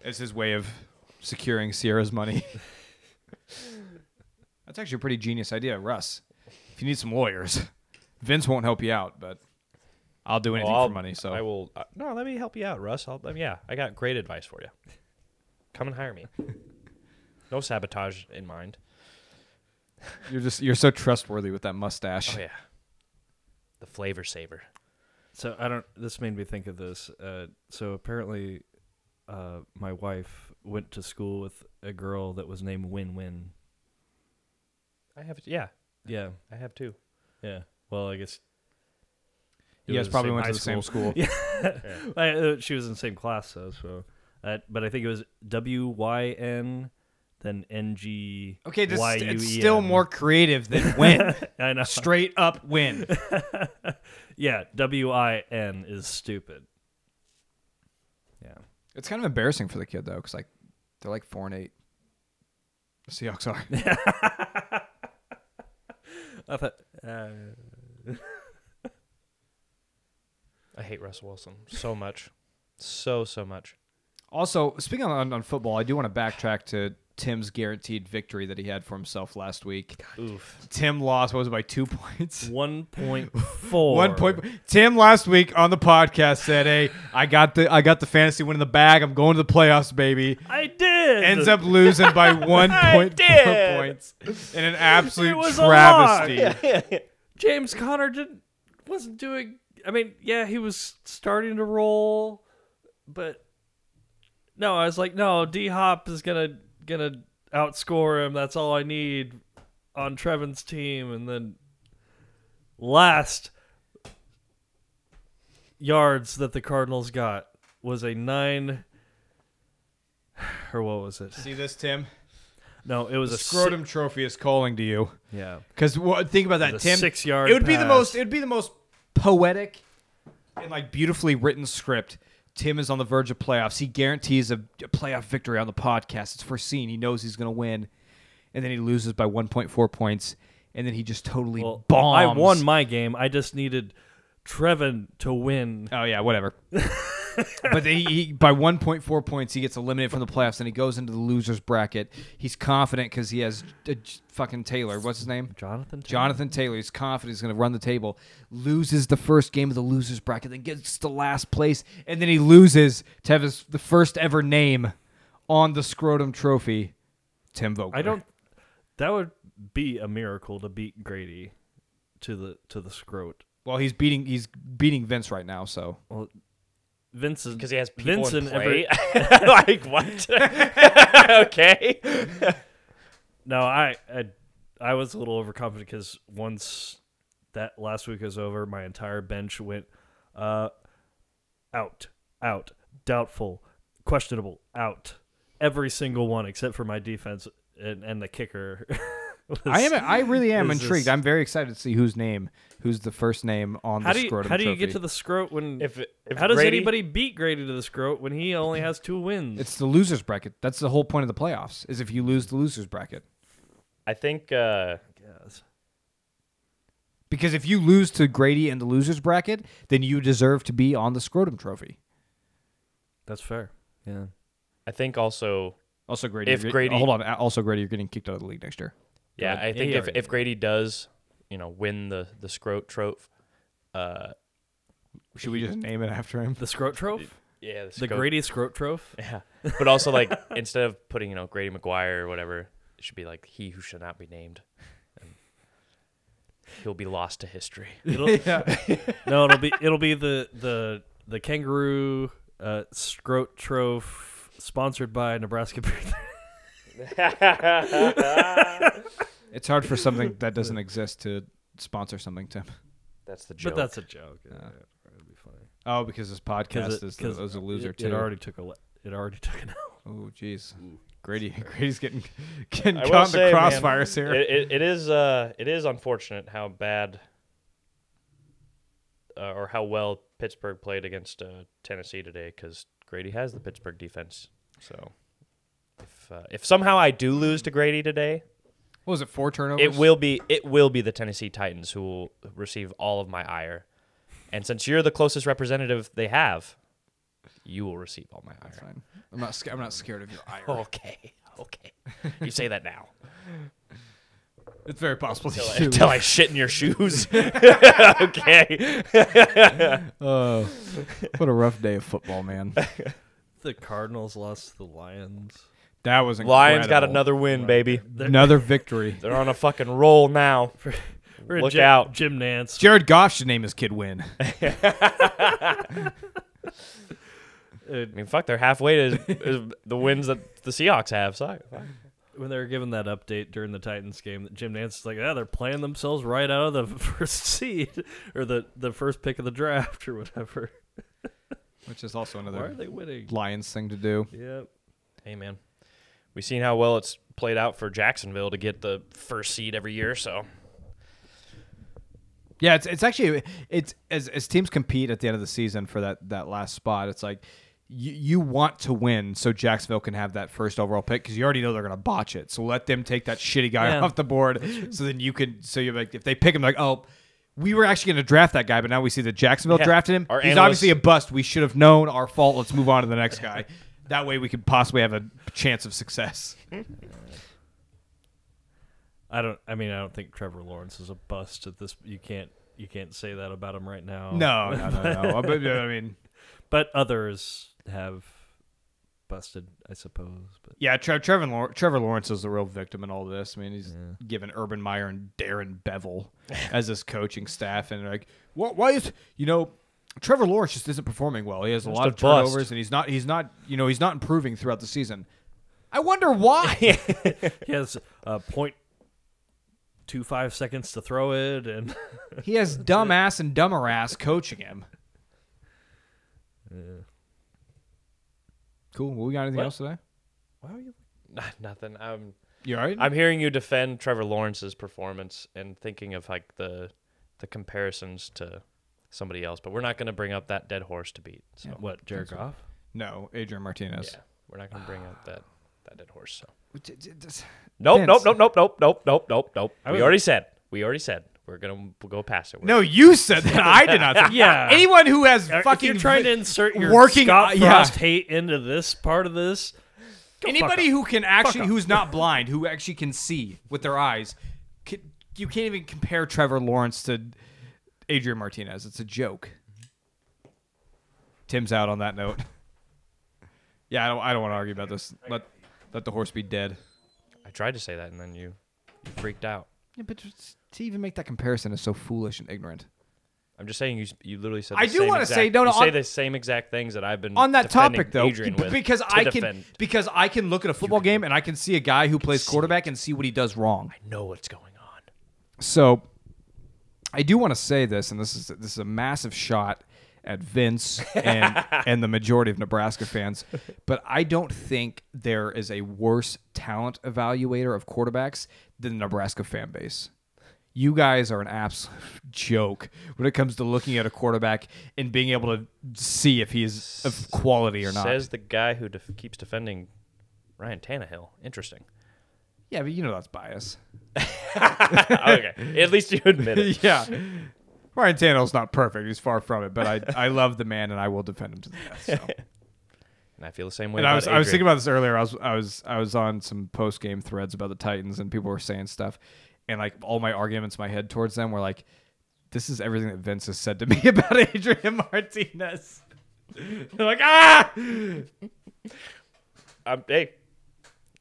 S1: It's his way of securing Sierra's money. [laughs] That's actually a pretty genius idea, Russ. If you need some lawyers, [laughs] Vince won't help you out, but I'll do
S2: Well,
S1: anything
S2: I'll-
S1: for money. So
S2: I will. Uh, no, let me help you out, Russ. I'll, um, yeah, I got great advice for you. Come
S1: [laughs]
S2: and hire me. No sabotage in mind.
S1: You're just you're so trustworthy with that mustache.
S2: Oh yeah, the flavor saver.
S3: So I don't. This made me think of this. Uh, so apparently, uh, my wife went to school with a girl that was named Win Win.
S2: I have. Yeah,
S3: Yeah,
S2: I have too.
S3: yeah. Well, I guess
S1: You guys probably went to the same school.
S3: [laughs] Yeah. I, uh, she was in the same class though. So, uh, but I think it was W Y N, then N G.
S1: Okay, this
S3: Y U E N.
S1: it's still more creative than
S2: [laughs]
S1: win.
S3: [laughs] I know.
S1: Straight up win.
S3: Yeah, W I N is stupid. Yeah.
S1: It's kind of embarrassing for the kid though, because like they're like four and eight. The Seahawks are.
S3: I thought. Uh,
S2: I hate Russell Wilson so much, so so much.
S1: Also, speaking on, on football, I do want to backtrack to Tim's guaranteed victory that he had for himself last week.
S2: Oof.
S1: Tim lost, what was it, by two [laughs] points?
S3: One point four.
S1: One point. Tim last week on the podcast said, "Hey, I got the I got the fantasy win in the bag. I'm going to the playoffs, baby."
S3: I did.
S1: Ends up losing
S3: [laughs]
S1: by one point four
S2: did.
S1: points in an absolute
S3: It was a
S1: travesty.
S3: [laughs] James Conner didn't wasn't doing. I mean, yeah, he was starting to roll, but no, I was like, no, D Hop is gonna gonna outscore him. That's all I need on Trevin's team, and then last yards that the Cardinals got was a nine. [sighs] Or what was it?
S1: See this, Tim?
S3: No, it was
S1: The
S3: a si-
S1: Scrotum Trophy is calling to you.
S3: yeah,
S1: Because think about that,
S3: The
S1: Tim.
S3: six-yard
S1: It would be the
S3: pass.
S1: most. It'd be the most poetic and like beautifully written script. Tim is on the verge of playoffs. He guarantees a, a playoff victory on the podcast. It's foreseen. He knows he's going to win, and then he loses by 1.4 points, and then he just totally
S3: Well,
S1: bombs.
S3: I won my game. I just needed Trevin to win.
S1: Oh yeah,
S3: [laughs]
S1: whatever. but he, he by 1.4 points, he gets eliminated from the playoffs, and he goes into the losers bracket. He's confident because he has uh, j- fucking Taylor. What's his name?
S3: Jonathan.
S1: Jonathan Taylor is confident he's going to run the table, loses the first game of the losers bracket, then gets to last place, and then he loses to have his the first ever name on the scrotum trophy, Tim Vogel.
S3: I don't. That would be a miracle to beat Grady to the to the scrote.
S1: Well, he's beating he's beating Vince right now, so
S3: Vincent
S2: because he has people
S3: Vince
S2: in
S3: and
S2: [laughs] play. like what? [laughs] okay.
S3: No, I, I I was a little overconfident because once that last week was over, my entire bench went uh, out, out, doubtful, questionable, out. Every single one except for my defense and, and the kicker. [laughs] was-
S1: I am I really am
S3: is this-
S1: intrigued. I'm very excited to see whose name who's the first name on
S3: How
S1: the
S3: do you,
S1: scrotum
S3: how do you
S1: trophy.
S3: get to the scroat when?
S2: If, if
S3: how does
S2: Grady-
S3: anybody beat Grady to the scroat when he only has two wins?
S1: It's the losers bracket. That's the whole point of the playoffs. Is if you lose the losers bracket.
S2: I think uh,
S3: Yes.
S1: Because if you lose to Grady in the losers bracket, then you deserve to be on the scrotum trophy.
S3: That's fair. Yeah.
S2: I think also
S1: Also, Grady.
S2: If
S1: you're-
S2: Grady-
S1: hold on. Also, Grady, you're getting kicked out of the league next year.
S2: yeah,
S3: Yeah,
S2: I think
S3: he
S2: if,
S3: already
S2: if Grady does, you know, win the the Scroat Trophy, uh,
S1: Should we just name it after him?
S3: The scroat trophy.
S2: yeah,
S3: The
S2: Scroat-
S3: Grady scroat trophy.
S2: Yeah. [laughs] But
S3: [laughs]
S2: also like instead of putting, you know, Grady McGuire or whatever, it should be like he who should not be named. And he'll be lost
S3: [laughs]
S2: to history.
S3: It'll, no, it'll be it'll be the the the kangaroo uh, scroat trof sponsored by Nebraska [laughs] Panthers.
S1: [laughs] It's hard for something that doesn't exist to sponsor something, Tim.
S2: That's the joke.
S3: But that's a joke. Yeah,
S1: Yeah.
S3: it'd be funny.
S1: Oh, because this podcast
S3: it-
S1: is,
S3: 'cause
S1: is a loser
S3: it,
S1: too.
S3: It already took a le- it already [laughs] took an hour.
S1: oh, jeez. Grady, [laughs] Grady's getting getting
S2: I will
S1: caught in
S2: say,
S1: the
S2: man,
S1: crossfires here.
S2: It, it, it is uh it is unfortunate how bad uh, or how well Pittsburgh played against uh, Tennessee today cuz Grady has the Pittsburgh defense. So if uh, if somehow I do lose to Grady today,
S1: what was it? Four turnovers.
S2: It will be it will be the Tennessee Titans who will receive all of my ire. And since you're the closest representative they have, you will receive all my
S1: That's
S2: ire.
S1: fine. I'm not. sca- I'm not scared of your ire.
S2: Oh. Okay. Okay. You say that now.
S1: It's very possible.
S2: Until I, [laughs]
S1: you do.
S2: until I shit in your shoes. [laughs] okay.
S1: [laughs] Oh, what a rough day of football,
S2: [laughs]
S1: man.
S3: The Cardinals lost to the Lions.
S1: That was incredible.
S2: Lions got another [laughs] win, baby.
S1: another
S2: [laughs]
S1: victory.
S2: They're on a fucking
S3: [laughs]
S2: roll now. Look
S3: Jim,
S2: out.
S3: Jim Nance.
S1: Jared Goff should name his kid
S2: [laughs]
S1: Win.
S2: I mean, fuck, they're halfway to is the wins that the Seahawks have. So I-
S3: when they were given that update during the Titans game, that Jim Nance is like, "Yeah, they're playing themselves right out of the [laughs] first seed or the the first pick of the draft or whatever."
S1: Which is also
S3: Why are
S1: another
S3: they winning?
S1: Lions thing to do.
S3: Yep.
S2: Hey man, we've seen how well it's played out for Jacksonville to get the first seed every year. So
S1: Yeah, it's it's actually it's as as teams compete at the end of the season for that that last spot, it's like you, you want to win so Jacksonville can have that first overall pick because you already know they're gonna botch it. So let them take that shitty guy
S3: Yeah.
S1: off the board. So then you can so you're like if they pick him like oh. We were actually going to draft that guy, but now we see that Jacksonville
S2: Yeah.
S1: drafted him.
S2: Our
S1: He's
S2: analysts-
S1: obviously a bust. We should have known. Our fault. Let's move on to the next
S2: [laughs]
S1: guy. That way, we could possibly have a chance of success.
S3: I don't. I mean, I don't think Trevor Lawrence is a bust at this. You can't. You can't say that about him right now.
S1: No, no, no,
S2: [laughs]
S1: no. But, I mean,
S3: but others have busted, I suppose. But
S1: Yeah, Tre- Trevor Law- Trevor Lawrence is the real victim in all this. I mean, he's given Urban Meyer and Darren Bevel as his coaching staff, and like, what? Why is you know? Trevor Lawrence just isn't performing well. He has a lot
S2: a
S1: of
S2: bust.
S1: turnovers, and he's not he's not you know he's not improving throughout the season. I wonder
S2: [laughs]
S1: why.
S3: he has uh, point two five seconds to throw it, and [laughs]
S1: he has dumbass and dumber ass coaching him. Cool. Well, we got anything
S2: What?
S1: else today?
S2: not, nothing. I'm
S1: You all right?
S2: I'm hearing you defend Trevor Lawrence's performance and thinking of like the the comparisons to somebody else, but we're not going to bring up that dead horse to beat. So
S3: what Jared Goff?
S1: no, Adrian Martinez.
S2: yeah, we're not going to bring up that that dead horse. So
S1: D- d- d-
S2: nope, nope,
S1: Vince.
S2: nope, nope, nope, nope, nope, nope, nope.
S3: I
S2: We
S3: was-
S2: already said. We already said we're going to go past it. We're-
S1: No, you said that. I did
S3: [laughs]
S1: not. Say that.
S3: Yeah.
S1: Anyone who has
S3: If
S1: fucking
S3: you're trying to insert your
S1: working-
S3: Scott
S1: uh, yeah.
S3: Frost hate into this part of this.
S1: Anybody who can actually, who's not blind, who actually can see with their eyes, can, you can't even compare Trevor Lawrence to Adrian Martinez. It's a joke. Tim's out on that note. [laughs] Yeah, I don't, I don't want to argue about this. Let, let the horse be dead.
S2: I tried to say that and then you you freaked out.
S1: Yeah, but to even make that comparison is so foolish and ignorant.
S2: I'm just saying you s- you literally said. The
S1: I do
S2: same
S1: wanna
S2: exact-
S1: say- no, no,
S2: You say
S1: on-
S2: the same exact things that I've been
S1: on that
S2: defending
S1: topic though
S2: Adrian
S1: b-
S2: with
S1: because
S2: to
S1: I can
S2: defend.
S1: because I can look at a football game and I can see a guy who plays quarterback and see what he does wrong.
S2: know what's going on.
S1: So I do want to say this, and this is this is a massive shot at Vince
S2: [laughs]
S1: and and the majority of Nebraska fans, but I don't think there is a worse talent evaluator of quarterbacks than the Nebraska fan base. You guys are an absolute [laughs] joke when it comes to looking at a quarterback and being able to see if he is of quality or not.
S2: Says the guy who def- keeps defending Ryan Tannehill. [laughs] Interesting.
S1: yeah, but you know that's bias.
S2: okay, at least you
S1: [laughs]
S2: admit it.
S1: yeah. Ryan Tannehill's not perfect. He's far from it, but I, I love the man and I will defend him to the death.
S2: [laughs]
S1: So.
S2: And I feel the same way.
S1: And I
S2: about
S1: was I was
S2: Adrian.
S1: thinking about this earlier. I was I was I was on some post game threads about the Titans and people were saying stuff, and like all my arguments in my head towards them were like, "This is everything that Vince has said to me [laughs] about Adrian Martinez." [laughs] They're like, ah,
S2: um, hey,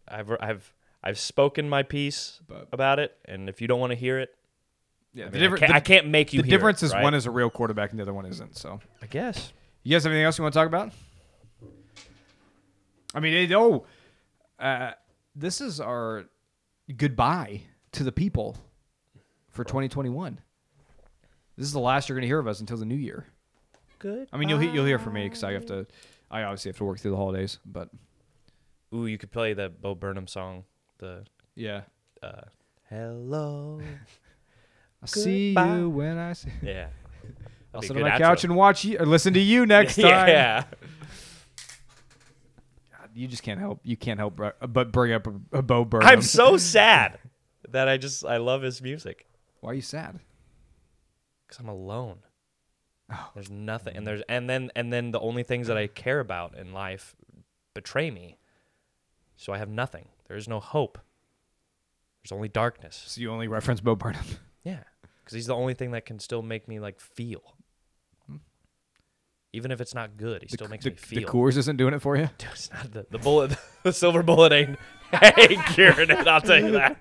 S2: I've I've I've spoken my piece about it, and if you don't want to hear it,
S1: yeah.
S2: I,
S1: The,
S2: mean, I
S1: different,
S2: can't,
S1: the,
S2: I can't make you.
S1: the
S2: hear it,
S1: difference is
S2: right?
S1: one is a real quarterback and the other one isn't. So,
S2: I guess.
S1: you guys have anything else you want to talk about? I mean, it, oh, uh, this is our goodbye to the people for 2021. This is the last you're going to hear of us until the new year.
S2: Good.
S1: I mean, you'll he- you'll hear from me because I have to. I obviously have to work through the holidays, but
S2: Ooh, you could play the Bo Burnham song. The
S1: yeah.
S2: uh, Hello.
S1: I'll see
S2: Goodbye.
S1: you when I see.
S2: yeah.
S1: [laughs] I'll
S2: That'd be
S1: sit
S2: a
S1: on
S2: good
S1: my couch
S2: outro.
S1: and watch you or listen to you [laughs] next time.
S2: [laughs] yeah.
S1: God, you just can't help. You can't help br- but bring up a, a Bo Burnham. [laughs]
S2: I'm so sad that I just I love his music
S1: Why are you sad?
S2: because I'm alone.
S1: Oh.
S2: There's nothing,
S1: Mm-hmm.
S2: and there's and then and then the only things that I care about in life betray me, so I have nothing. There is no hope. There's only darkness.
S1: So you only reference Bo Burnham.
S2: Yeah, because he's the only thing that can still make me like feel. Even if it's not good, he still makes
S1: Hmm. the,
S2: me feel.
S1: the Coors isn't doing it for you.
S2: Dude, [laughs] It's not the, the bullet, [laughs] the silver bullet ain't, [laughs] ain't curing it. I'll tell you that.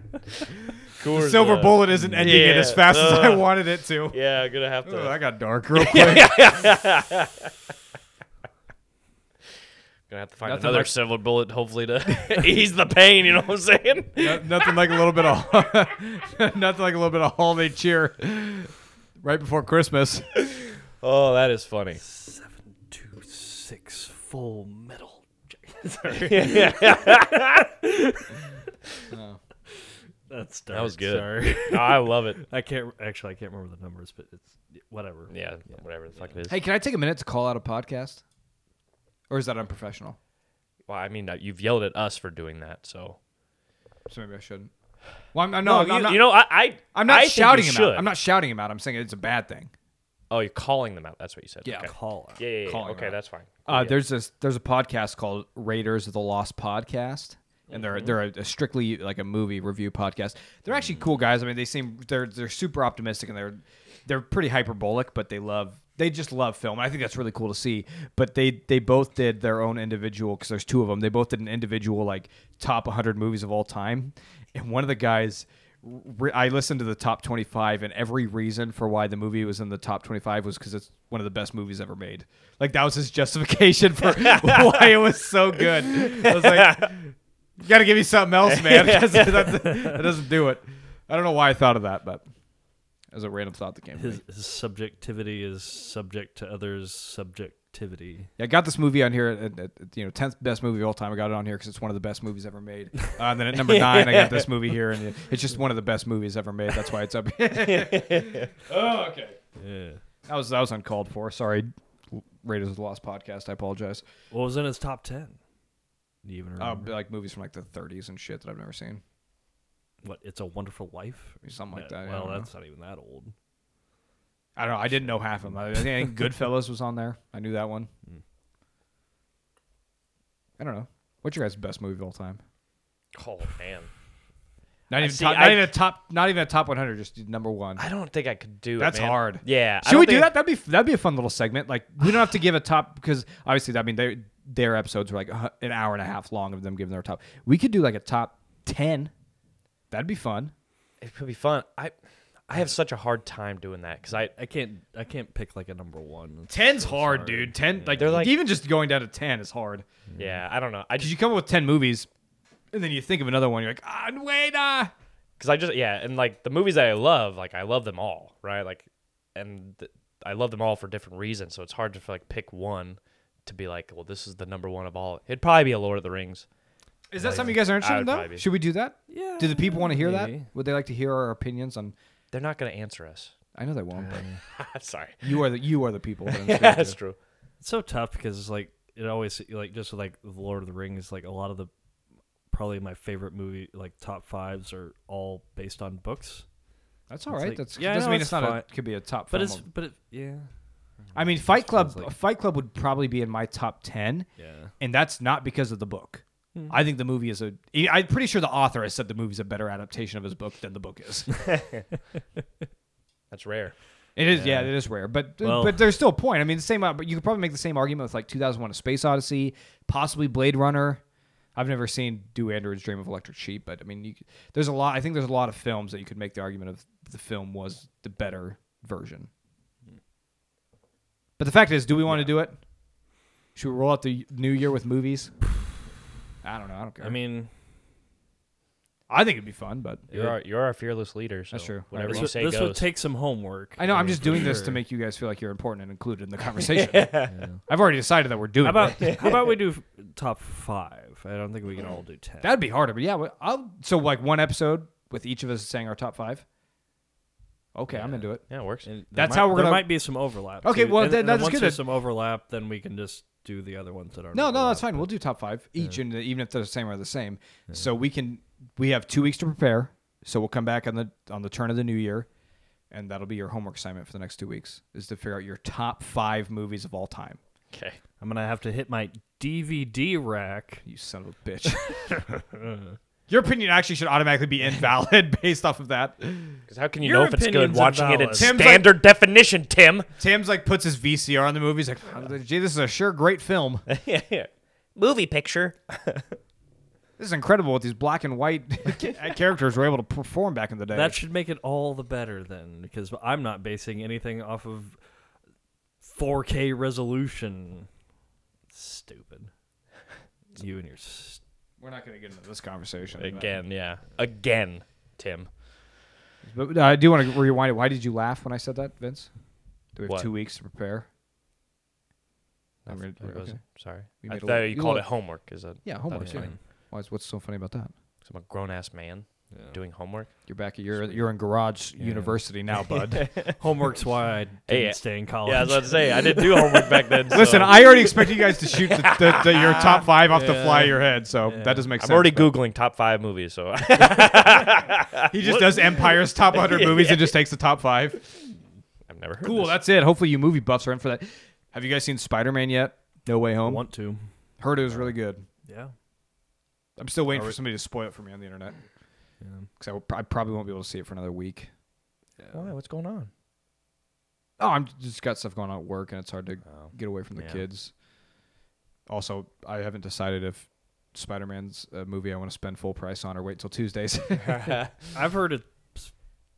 S2: Coors,
S1: silver
S2: uh,
S1: bullet isn't ending it
S2: yeah,
S1: as fast as I
S2: uh,
S1: wanted it to.
S2: Yeah, I'm gonna have to.
S1: Ooh, that got dark
S2: [laughs]
S1: real quick.
S2: Gonna have to find
S1: Nothing
S2: another
S1: like-
S2: silver bullet, hopefully to [laughs] ease the pain. You know what I'm saying?
S1: [laughs] No- nothing like a little bit of nothing like a little bit of [laughs] holiday cheer right before Christmas. [laughs]
S2: Oh, that is funny.
S3: Two six full metal.
S1: [laughs]
S3: That's dark.
S2: That was good.
S3: Sorry. [laughs]
S2: No, I love it.
S3: I can't actually. I can't remember the numbers, but it's whatever.
S2: Yeah, whatever the fuck it is.
S1: Hey, can I take a minute to call out a podcast? Or is that unprofessional?
S2: Well, I mean, uh, you've yelled at us for doing that, so
S1: So maybe I shouldn't. Well, I'm, I'm, no,
S2: you,
S1: I'm not.
S2: you know, I, I
S1: I'm not
S2: I think you
S1: shouting him
S2: should.
S1: out. I'm not shouting him out. I'm saying it's a bad thing.
S2: Oh, you're calling them out. That's what you said.
S1: Yeah.
S2: Okay.
S3: Call.
S2: Yeah, yeah, yeah.
S1: Calling them
S2: Okay,
S1: out.
S2: that's fine.
S1: Uh,
S2: Yeah.
S1: There's this. There's a podcast called Raiders of the Lost Podcast, and they're they're a, a strictly like a movie review podcast. They're actually cool guys. I mean, they seem they're they're super optimistic and they're they're pretty hyperbolic, but they love they just love film. And I think that's really cool to see. But they they both did their own individual because there's two of them. They both did an individual like top 100 movies of all time, and one of the guys. re- I listened to the top 25, and every reason for why the movie was in the top 25 was because it's one of the best movies ever made. Like that was his justification for why it was so good. I was like, you got to give me something else, man. 'cause that, that doesn't do it. I don't know why I thought of that, but it was a random thought that came. To me.
S3: His, his subjectivity is subject to others' subjectivity.
S1: Yeah, I got this movie on here at, at- at, you know tenth best movie of all time. I got it on here because it's one of the best movies ever made. Uh, and then at number nine, I got this movie here, and it's just one of the best movies ever made. That's why it's up. oh, okay.
S3: Yeah.
S1: That was that was uncalled for. Sorry, Raiders of the Lost podcast. I apologize.
S3: What was in his top ten? Do you even
S1: Uh,
S3: remember?
S1: like movies from like the 30s and shit that I've never seen,
S3: what? It's a Wonderful Life.
S1: something like
S3: Yeah,
S1: that. I
S3: Well,
S1: don't know.
S3: that's not even that old.
S1: I don't know. I didn't know half of them. I I think Goodfellas was on there. I knew that one. I don't know. What's your guys' best movie of all time?
S2: Oh man,
S1: Not even
S2: see,
S1: top.
S2: I-
S1: Not even a top. Not even a top 100. Just number one.
S2: I don't think I could do
S1: That's
S2: it. man.
S1: hard.
S2: Yeah. I
S1: Should
S2: don't
S1: we do
S2: think-
S1: that? That'd be that'd be a fun little segment. Like we don't have to give a top because obviously I mean they, their episodes are like a hu- an hour and a half long of them giving their top. We could do like a top ten. That'd be fun.
S2: It could be fun. I I have such a hard time doing that because I
S3: I can't I can't pick like a number one.
S1: Ten's hard,
S3: Sorry.
S1: dude. Ten, like,
S2: They're like-
S1: even just going down to ten is hard.
S2: yeah I don't know I
S1: Because
S2: just
S1: you come up with ten movies, and then you think of another one, you're like, ah, wait, ah.
S2: because I just yeah and like the movies that I love like I love them all right like and th- I love them all for different reasons so it's hard to like pick one to be like well this is the number one of all it'd probably be a Lord of the Rings
S1: Is that
S2: Like,
S1: something you guys are interested
S2: I
S1: in,
S2: would
S1: though?
S2: probably be.
S1: Should we do that?
S3: Yeah.
S1: Do the people want to hear
S3: maybe.
S1: that? Would they like to hear our opinions on?
S2: they're not gonna answer us [laughs]
S1: I know they won't, but
S2: Uh, sorry
S1: you are the you are the people. that I'm
S2: [laughs] yeah
S1: speaking
S2: that's
S1: to.
S2: true
S3: It's so tough because it's like it always like just like with Lord of the Rings, like a lot of the probably my favorite movie like top fives are all based on books.
S1: That's all
S3: It's
S1: right.
S3: like-
S1: That's
S3: yeah, I
S1: doesn't
S3: know,
S1: mean it's
S3: it's
S1: not
S3: fine.
S1: a could be a top.
S3: But
S1: film
S3: it's
S1: of-
S3: but it, yeah
S1: I mean, Fight Club.
S3: like-
S1: Fight Club would probably be in my top ten,
S3: yeah.
S1: and that's not because of the book. I think the movie is a. I'm pretty sure the author has said the movie's a better adaptation of his book than the book is.
S2: that's rare
S1: It is, yeah, it is rare, but uh,
S3: Well-
S1: but there's still a point. I mean, the same. uh, But you could probably make the same argument with like 2001: A Space Odyssey, possibly Blade Runner. I've never seen Do Androids Dream of Electric Sheep, but I mean, you, c- there's a lot. I think there's a lot of films that you could make the argument of the film was the better version. But the fact is, do we want to do it? Should we roll out the new year with movies? I don't know. I don't care.
S3: I mean
S1: I think it'd be fun, but
S2: you're our, you're our fearless leader so
S1: That's true.
S2: whatever
S3: this,
S2: you
S3: would,
S2: say
S3: this
S2: goes
S3: would take some homework.
S1: I know I'm
S3: mean,
S1: just
S3: for
S1: doing this to
S3: sure.
S1: make you guys feel like you're important and included
S3: [laughs]
S1: in the conversation. I've already decided that we're doing
S3: How
S1: it.
S3: about [laughs] how about we do f- top five? I don't think we can all do ten.
S1: That'd be harder, but yeah, well, I'll so like one episode with each of us saying our top five. Okay, I'm into it.
S2: yeah it works
S3: And there
S1: That's
S3: might-
S1: how we're
S3: There
S1: gonna-
S3: might be some overlap.
S1: Okay,
S3: too.
S1: well,
S3: And-
S1: then
S3: and then
S1: that's
S3: once
S1: good.
S3: There's some overlap, then we can just do the other ones that are
S1: No, no, that's fine. We'll do top five each, and even if they're the same or the same, so we can we have two weeks to prepare. So we'll come back on the on the turn of the new year, and that'll be your homework assignment for the next two weeks is to figure out your top five movies of all time.
S2: [laughs] okay
S3: I'm gonna have to hit my DVD rack.
S1: You son of a bitch. your opinion actually should automatically be invalid [laughs] based off of that.
S2: because how can you
S3: Your
S2: know if it's good
S3: opinions are
S2: watching it in
S3: valid.
S1: Tim's like-
S2: standard definition [laughs] Tim
S1: Tim's like puts his VCR on the movies. Like, gee, this is a sure great film.
S2: movie picture
S1: This is incredible what these black and
S2: [laughs]
S1: white [laughs] ca- characters were able to perform back in the day.
S3: That should make it all the better then, because I'm not basing anything off of 4K resolution. Stupid.
S1: [laughs]
S3: You and your st-
S1: we're not going to get into this conversation
S2: again yeah again Tim
S1: But uh, I do want to rewind it. Why did you laugh when I said that, Vince? Do we have
S2: What?
S1: two weeks to prepare? I'm
S2: That
S1: gonna-
S2: was-
S1: okay.
S2: Sorry.
S1: You
S2: I
S1: made a
S2: thought
S1: lo-
S2: you,
S1: you
S2: called
S1: lo-
S2: it homework. Is that?
S1: Yeah,
S2: that
S1: homework.
S2: was
S1: Yeah.
S2: funny.
S1: Why is- what's so funny about that?
S2: 'Cause I'm a grown ass man doing homework.
S1: You're back at your you're in garage university now,
S2: [laughs]
S1: bud. [laughs]
S3: homework's why I didn't
S2: Hey, yeah.
S3: stay in college.
S2: [laughs] Yeah, I was about to say I didn't do homework back then.
S1: Listen,
S2: so-
S1: I already expect you guys to shoot the, the, the, your top five off the fly of your head, so that doesn't make
S2: I'm
S1: sense.
S2: already
S1: but
S2: googling top five movies. So [laughs]
S1: He just does Empire's top
S2: [laughs]
S1: 100 movies and just takes the top five.
S2: I've never heard.
S1: Cool,
S2: This.
S1: that's it. Hopefully, you movie buffs are in for that. Have you guys seen Spider Man yet? No Way
S3: I
S1: Home.
S3: want to.
S1: Heard it was really good.
S3: Yeah.
S1: I'm still waiting
S3: Are
S1: for
S3: we-
S1: somebody to spoil it for me on the internet
S3: Yeah.
S1: because I, will- I probably won't be able to see it for another week.
S2: Why? What's going on?
S1: Oh, I'm just got stuff going on at work and it's hard to
S2: Oh.
S1: get away from the
S2: Yeah.
S1: kids. Also, I haven't decided if Spider Man's a movie I want to spend full price on or wait till Tuesdays.
S3: I've heard it
S1: [laughs]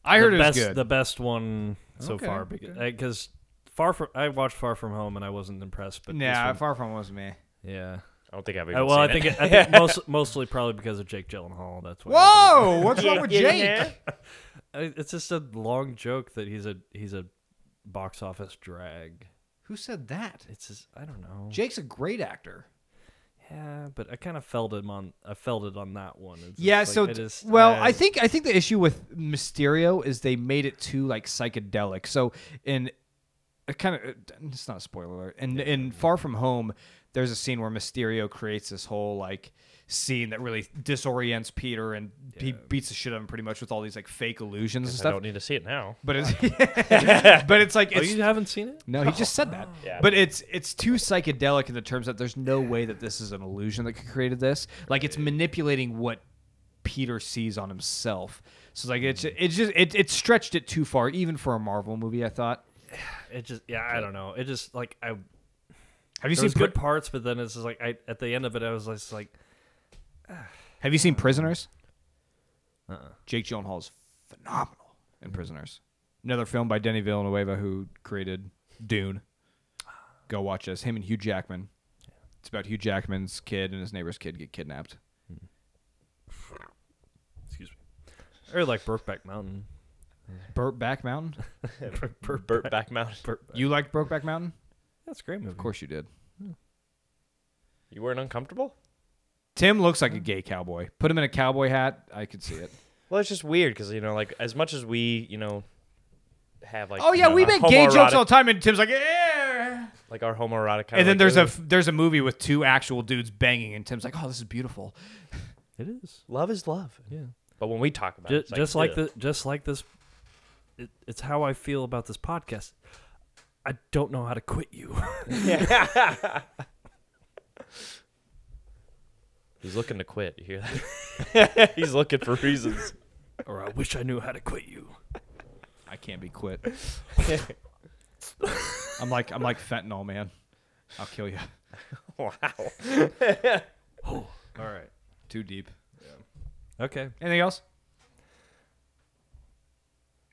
S1: I heard
S3: the
S1: it was
S3: best,
S1: good.
S3: The best one so
S1: Okay,
S3: far because Far from I watched Far from Home and I wasn't impressed. But this
S1: nah,
S3: one-
S1: Far From was me.
S3: yeah.
S2: I don't think I've even
S3: Uh, well, I
S2: seen
S3: think,
S2: it.
S3: it,
S1: [laughs]
S3: I think most, mostly probably because of Jake Gyllenhaal. That's why. I
S1: Whoa, what's
S3: [laughs]
S1: wrong with Jake?
S3: think- I- It's just a long joke that he's a he's a box office drag.
S1: Who said that?
S3: It's just I don't know.
S1: Jake's a great actor.
S3: yeah, but I kind of felt him on. I felt it on that one. It's just
S1: Yeah,
S3: like,
S1: so
S3: it
S1: t-
S3: is-
S1: well,
S3: uh,
S1: I think I think the issue with Mysterio is they made it too like psychedelic. So in it kind of uh, it's not a spoiler alert. In in Far From Home, there's a scene where Mysterio creates this whole like scene that really disorients Peter and he beats the shit out of him pretty much with all these like fake illusions and
S2: I
S1: stuff.
S2: don't need to see it now.
S1: But
S3: [laughs]
S1: it's [laughs] but it's like
S3: Oh,
S1: it's
S3: you haven't seen it?
S1: no, he just said that.
S2: Yeah.
S1: But it's it's too psychedelic in the terms that there's no way that this is an illusion that created this. Like it's manipulating what Peter sees on himself. So like it's it's just it, it stretched it too far, even for a Marvel movie. I thought.
S3: It just yeah, I don't know. It just like I
S1: Have you
S3: there was
S1: seen
S3: good
S1: Pri-
S3: parts, but then it's just like I at the end of it, I was just like,
S1: Have you seen Prisoners?
S3: Uh-uh.
S1: Jake Gyllenhaal is phenomenal. and Prisoners. Another film by Denny Villanueva who created Dune. Go watch this. Him and Hugh Jackman. It's about Hugh Jackman's kid and his neighbor's kid get kidnapped.
S3: Excuse me. Or like Burkeback Mountain.
S1: Brokeback [laughs] Mountain.
S3: Burke,
S2: Burt Back Mountain.
S1: You liked Brokeback Mountain?
S3: That's a great movie.
S1: Of course you did.
S2: You weren't uncomfortable?
S1: Tim looks like a gay cowboy. Put him in a cowboy hat. I could see it.
S2: Well, it's just weird because you know, like as much as we, you know, have like
S1: Oh
S2: you
S1: yeah,
S2: know,
S1: we
S2: a
S1: make gay jokes
S2: homoerotic-
S1: all the time, and Tim's like, yeah.
S2: like our homoerotic. kinda
S1: And then
S2: like,
S1: there's a
S2: "Ugh."
S1: f- there's a movie with two actual dudes banging, and Tim's like, oh, this is beautiful.
S3: It is.
S2: love is love.
S3: Yeah.
S2: But when we talk about it,
S3: Ju-
S2: it's
S3: just like
S2: "Ugh."
S3: the just like this it, it's how I feel about this podcast. I don't know how to quit you. [laughs]
S2: he's looking to quit. You hear that? [laughs] he's looking for reasons.
S3: or I wish I knew how to quit you.
S1: I can't be [laughs] quit. I'm like I'm like fentanyl, man. I'll kill [laughs] you.
S2: wow.
S3: All right.
S1: Too deep.
S3: Okay.
S1: Anything else?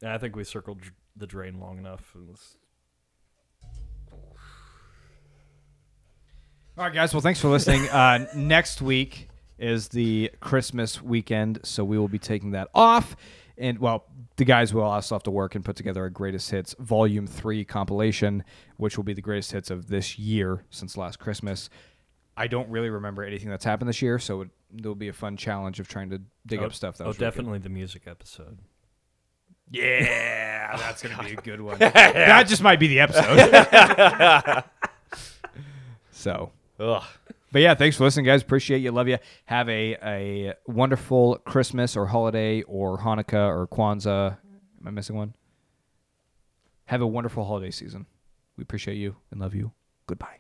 S3: And I think we circled dr- the drain long enough. And it's-
S1: All right, guys. Well, thanks for listening. Uh, next week is the Christmas weekend, so we will be taking that off. And well, the guys will also have to work and put together a greatest hits volume three compilation, which will be the greatest hits of this year since last Christmas. I don't really remember anything that's happened this year, so it, there'll be a fun challenge of trying to dig up stuff. That
S3: oh,
S1: was really good.
S3: definitely the music episode. [laughs] Oh,
S1: Yeah, that's gonna be a good one. That just might be the episode.
S3: [laughs]
S1: so,
S2: Ugh.
S1: but yeah, thanks for listening, guys. Appreciate you. Love you. Have a a wonderful Christmas or holiday or Hanukkah or Kwanzaa. Am I missing one? Have a wonderful holiday season. We appreciate you and love you. Goodbye.